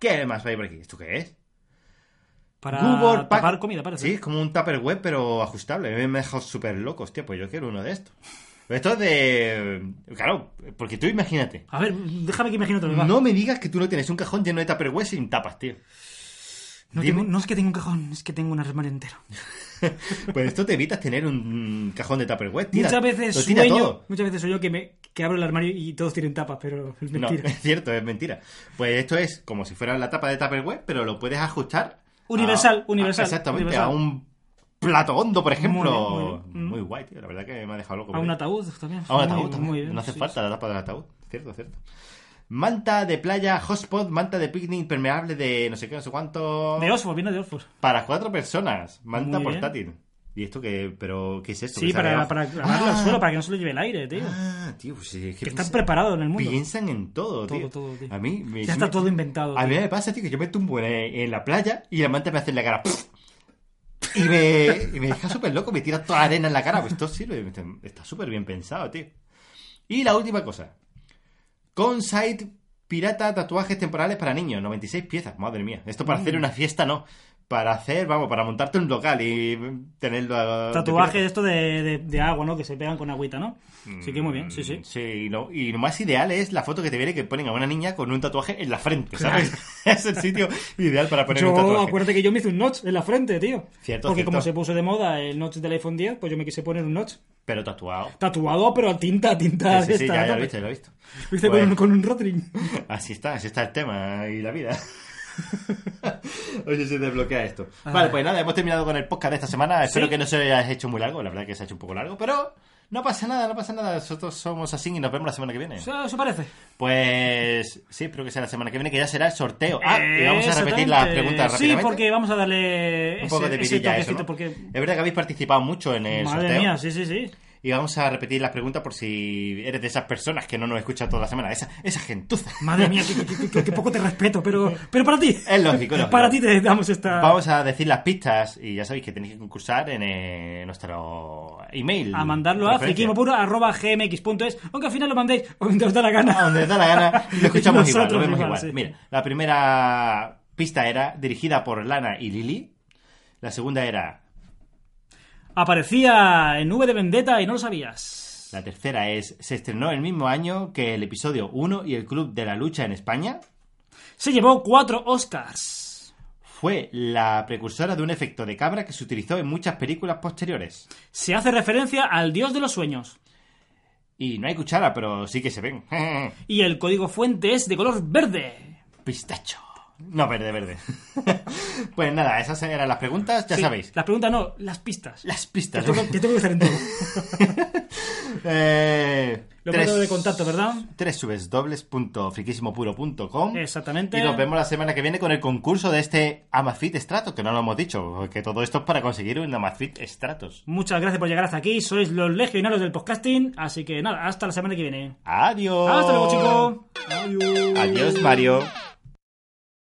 ¿Qué más hay por aquí? ¿Esto qué es? Para Google Pack- tapar comida, parece. Sí, es como un tupper web, pero ajustable. A mí Me ha dejado súper loco, hostia, pues yo quiero uno de estos. Esto es de... Claro, porque tú imagínate. A ver, déjame que imagine otra vez. va. No me digas que tú no tienes un cajón lleno de tupperware sin tapas, tío. No dime. tengo- no es que tenga un cajón, es que tengo un armario entero. Pues esto te evitas tener un cajón de tupperware. tira- Muchas veces lo tira sueño, todo. muchas veces sueño que me que abro el armario y todos tienen tapas, pero es mentira. No, es cierto, es mentira. Pues esto es como si fuera la tapa de tupperware, pero lo puedes ajustar... a- Universal, a- universal, exactamente, universal. a un plato hondo, por ejemplo. Muy Muy, bien, muy bien. guay, tío. La verdad que me ha dejado loco. A un Porque- ataúd también. Ah, un Muy- ataúd también. muy bien, no hace sí, falta la tapa del ataúd. Cierto, cierto. Manta de playa, hotspot, manta de picnic impermeable de no sé qué, no sé cuánto. sí. De Oxford, viene de Oxford. Para cuatro personas. Manta Muy bien. portátil. ¿Y esto qué? ¿Pero qué es esto? Sí, ¿Qué sale para, abajo? para clavarlo pues ah, al suelo, para que no se lo lleve el aire, tío. Ah, tío, pues es que que están piensan- preparados en el mundo. Piensan en todo, tío. Todo, todo, tío. A mí me, ya está me- todo inventado. A tío. mí me pasa, tío, que yo me tumbo en, en la playa y la manta me hace en la cara. Y me, y me deja súper loco, me tira toda la arena en la cara. Pues esto sirve, está súper bien pensado, tío. Y la última cosa. Consite pirata tatuajes temporales para niños, 96 piezas, madre mía. Esto para hacer una fiesta no. Para hacer, vamos, para montarte un local y tenerlo... de Tatuaje pirata. esto de, de- de agua, ¿no? Que se pegan con agüita, ¿no? Sí, que muy bien, sí, sí. Mm, Sí, y lo, y lo más ideal es la foto que te viene que ponen a una niña con un tatuaje en la frente, ¿sabes? es el sitio ideal para poner Yo, un tatuaje. acuérdate que yo me hice un notch en la frente, tío. Cierto, Porque cierto. como se puso de moda el notch del iPhone 10, pues yo me quise poner un notch. Pero tatuado. Tatuado, pero a tinta, tinta. Sí, sí, sí, esta, ya, ya ¿no? lo he visto, ya lo he visto. Lo hice Pues, con, con un Rotring. Así está, así está el tema y la vida. Oye, se desbloquea esto. Vale, pues nada, hemos terminado con el podcast de esta semana. Espero Ah. ¿Sí? que no se haya hecho muy largo, la verdad que se ha hecho un poco largo, pero no pasa nada, no pasa nada. Nosotros somos así y nos vemos la semana que viene. Eso, eso parece. Pues sí, espero que sea la semana que viene, que ya será el sorteo. Ah, y vamos a repetir las Exactamente. preguntas Sí, rápidamente. porque vamos a darle un poco ese, de ese vidilla a eso, toquecito, ¿no? porque... Es verdad que habéis participado mucho en el Madre sorteo. mía, sí, sí, sí. Y vamos a repetir las preguntas por si eres de esas personas que no nos escuchan toda la semana. Esa, esa gentuza. Madre mía, que, que- que- que poco te respeto, pero, pero para ti. Es lógico, lógico. Para ti te damos esta... Vamos a decir las pistas y ya sabéis que tenéis que concursar en eh, nuestro email. A mandarlo a Referencia. friquimopuro.gmx.es, aunque al final lo mandéis donde os da la A gana. donde os da la gana y lo escuchamos igual, lo Nosotros vemos igual. igual, sí. Mira, la primera pista era dirigida por Lana y Lili. La segunda era. Aparecía en V de Vendetta y no lo sabías. La tercera es. Se estrenó el mismo año que el episodio 1 y el Club de la Lucha en España. Se llevó cuatro Oscars. Fue la precursora de un efecto de cabra que se utilizó en muchas películas posteriores. Se hace referencia al dios de los sueños. Y no hay cuchara, pero sí que se ven. Y el código fuente es de color verde. Pistacho. No, verde, verde. pues nada, esas eran las preguntas, ya Sí, sabéis. Las preguntas no, las pistas. Las pistas. Que tengo, que tengo que hacer en todo. eh, Los tres- métodos de contacto, ¿verdad? www.friquísimopuro.com Exactamente. Y nos vemos la semana que viene con el concurso de este Amazfit Stratos, que no lo hemos dicho, que todo esto es para conseguir un Amazfit Stratos. Muchas gracias por llegar hasta aquí. Sois los legionarios del podcasting. Así que nada, hasta la semana que viene. Adiós. Hasta luego, chicos. Adiós, Mario.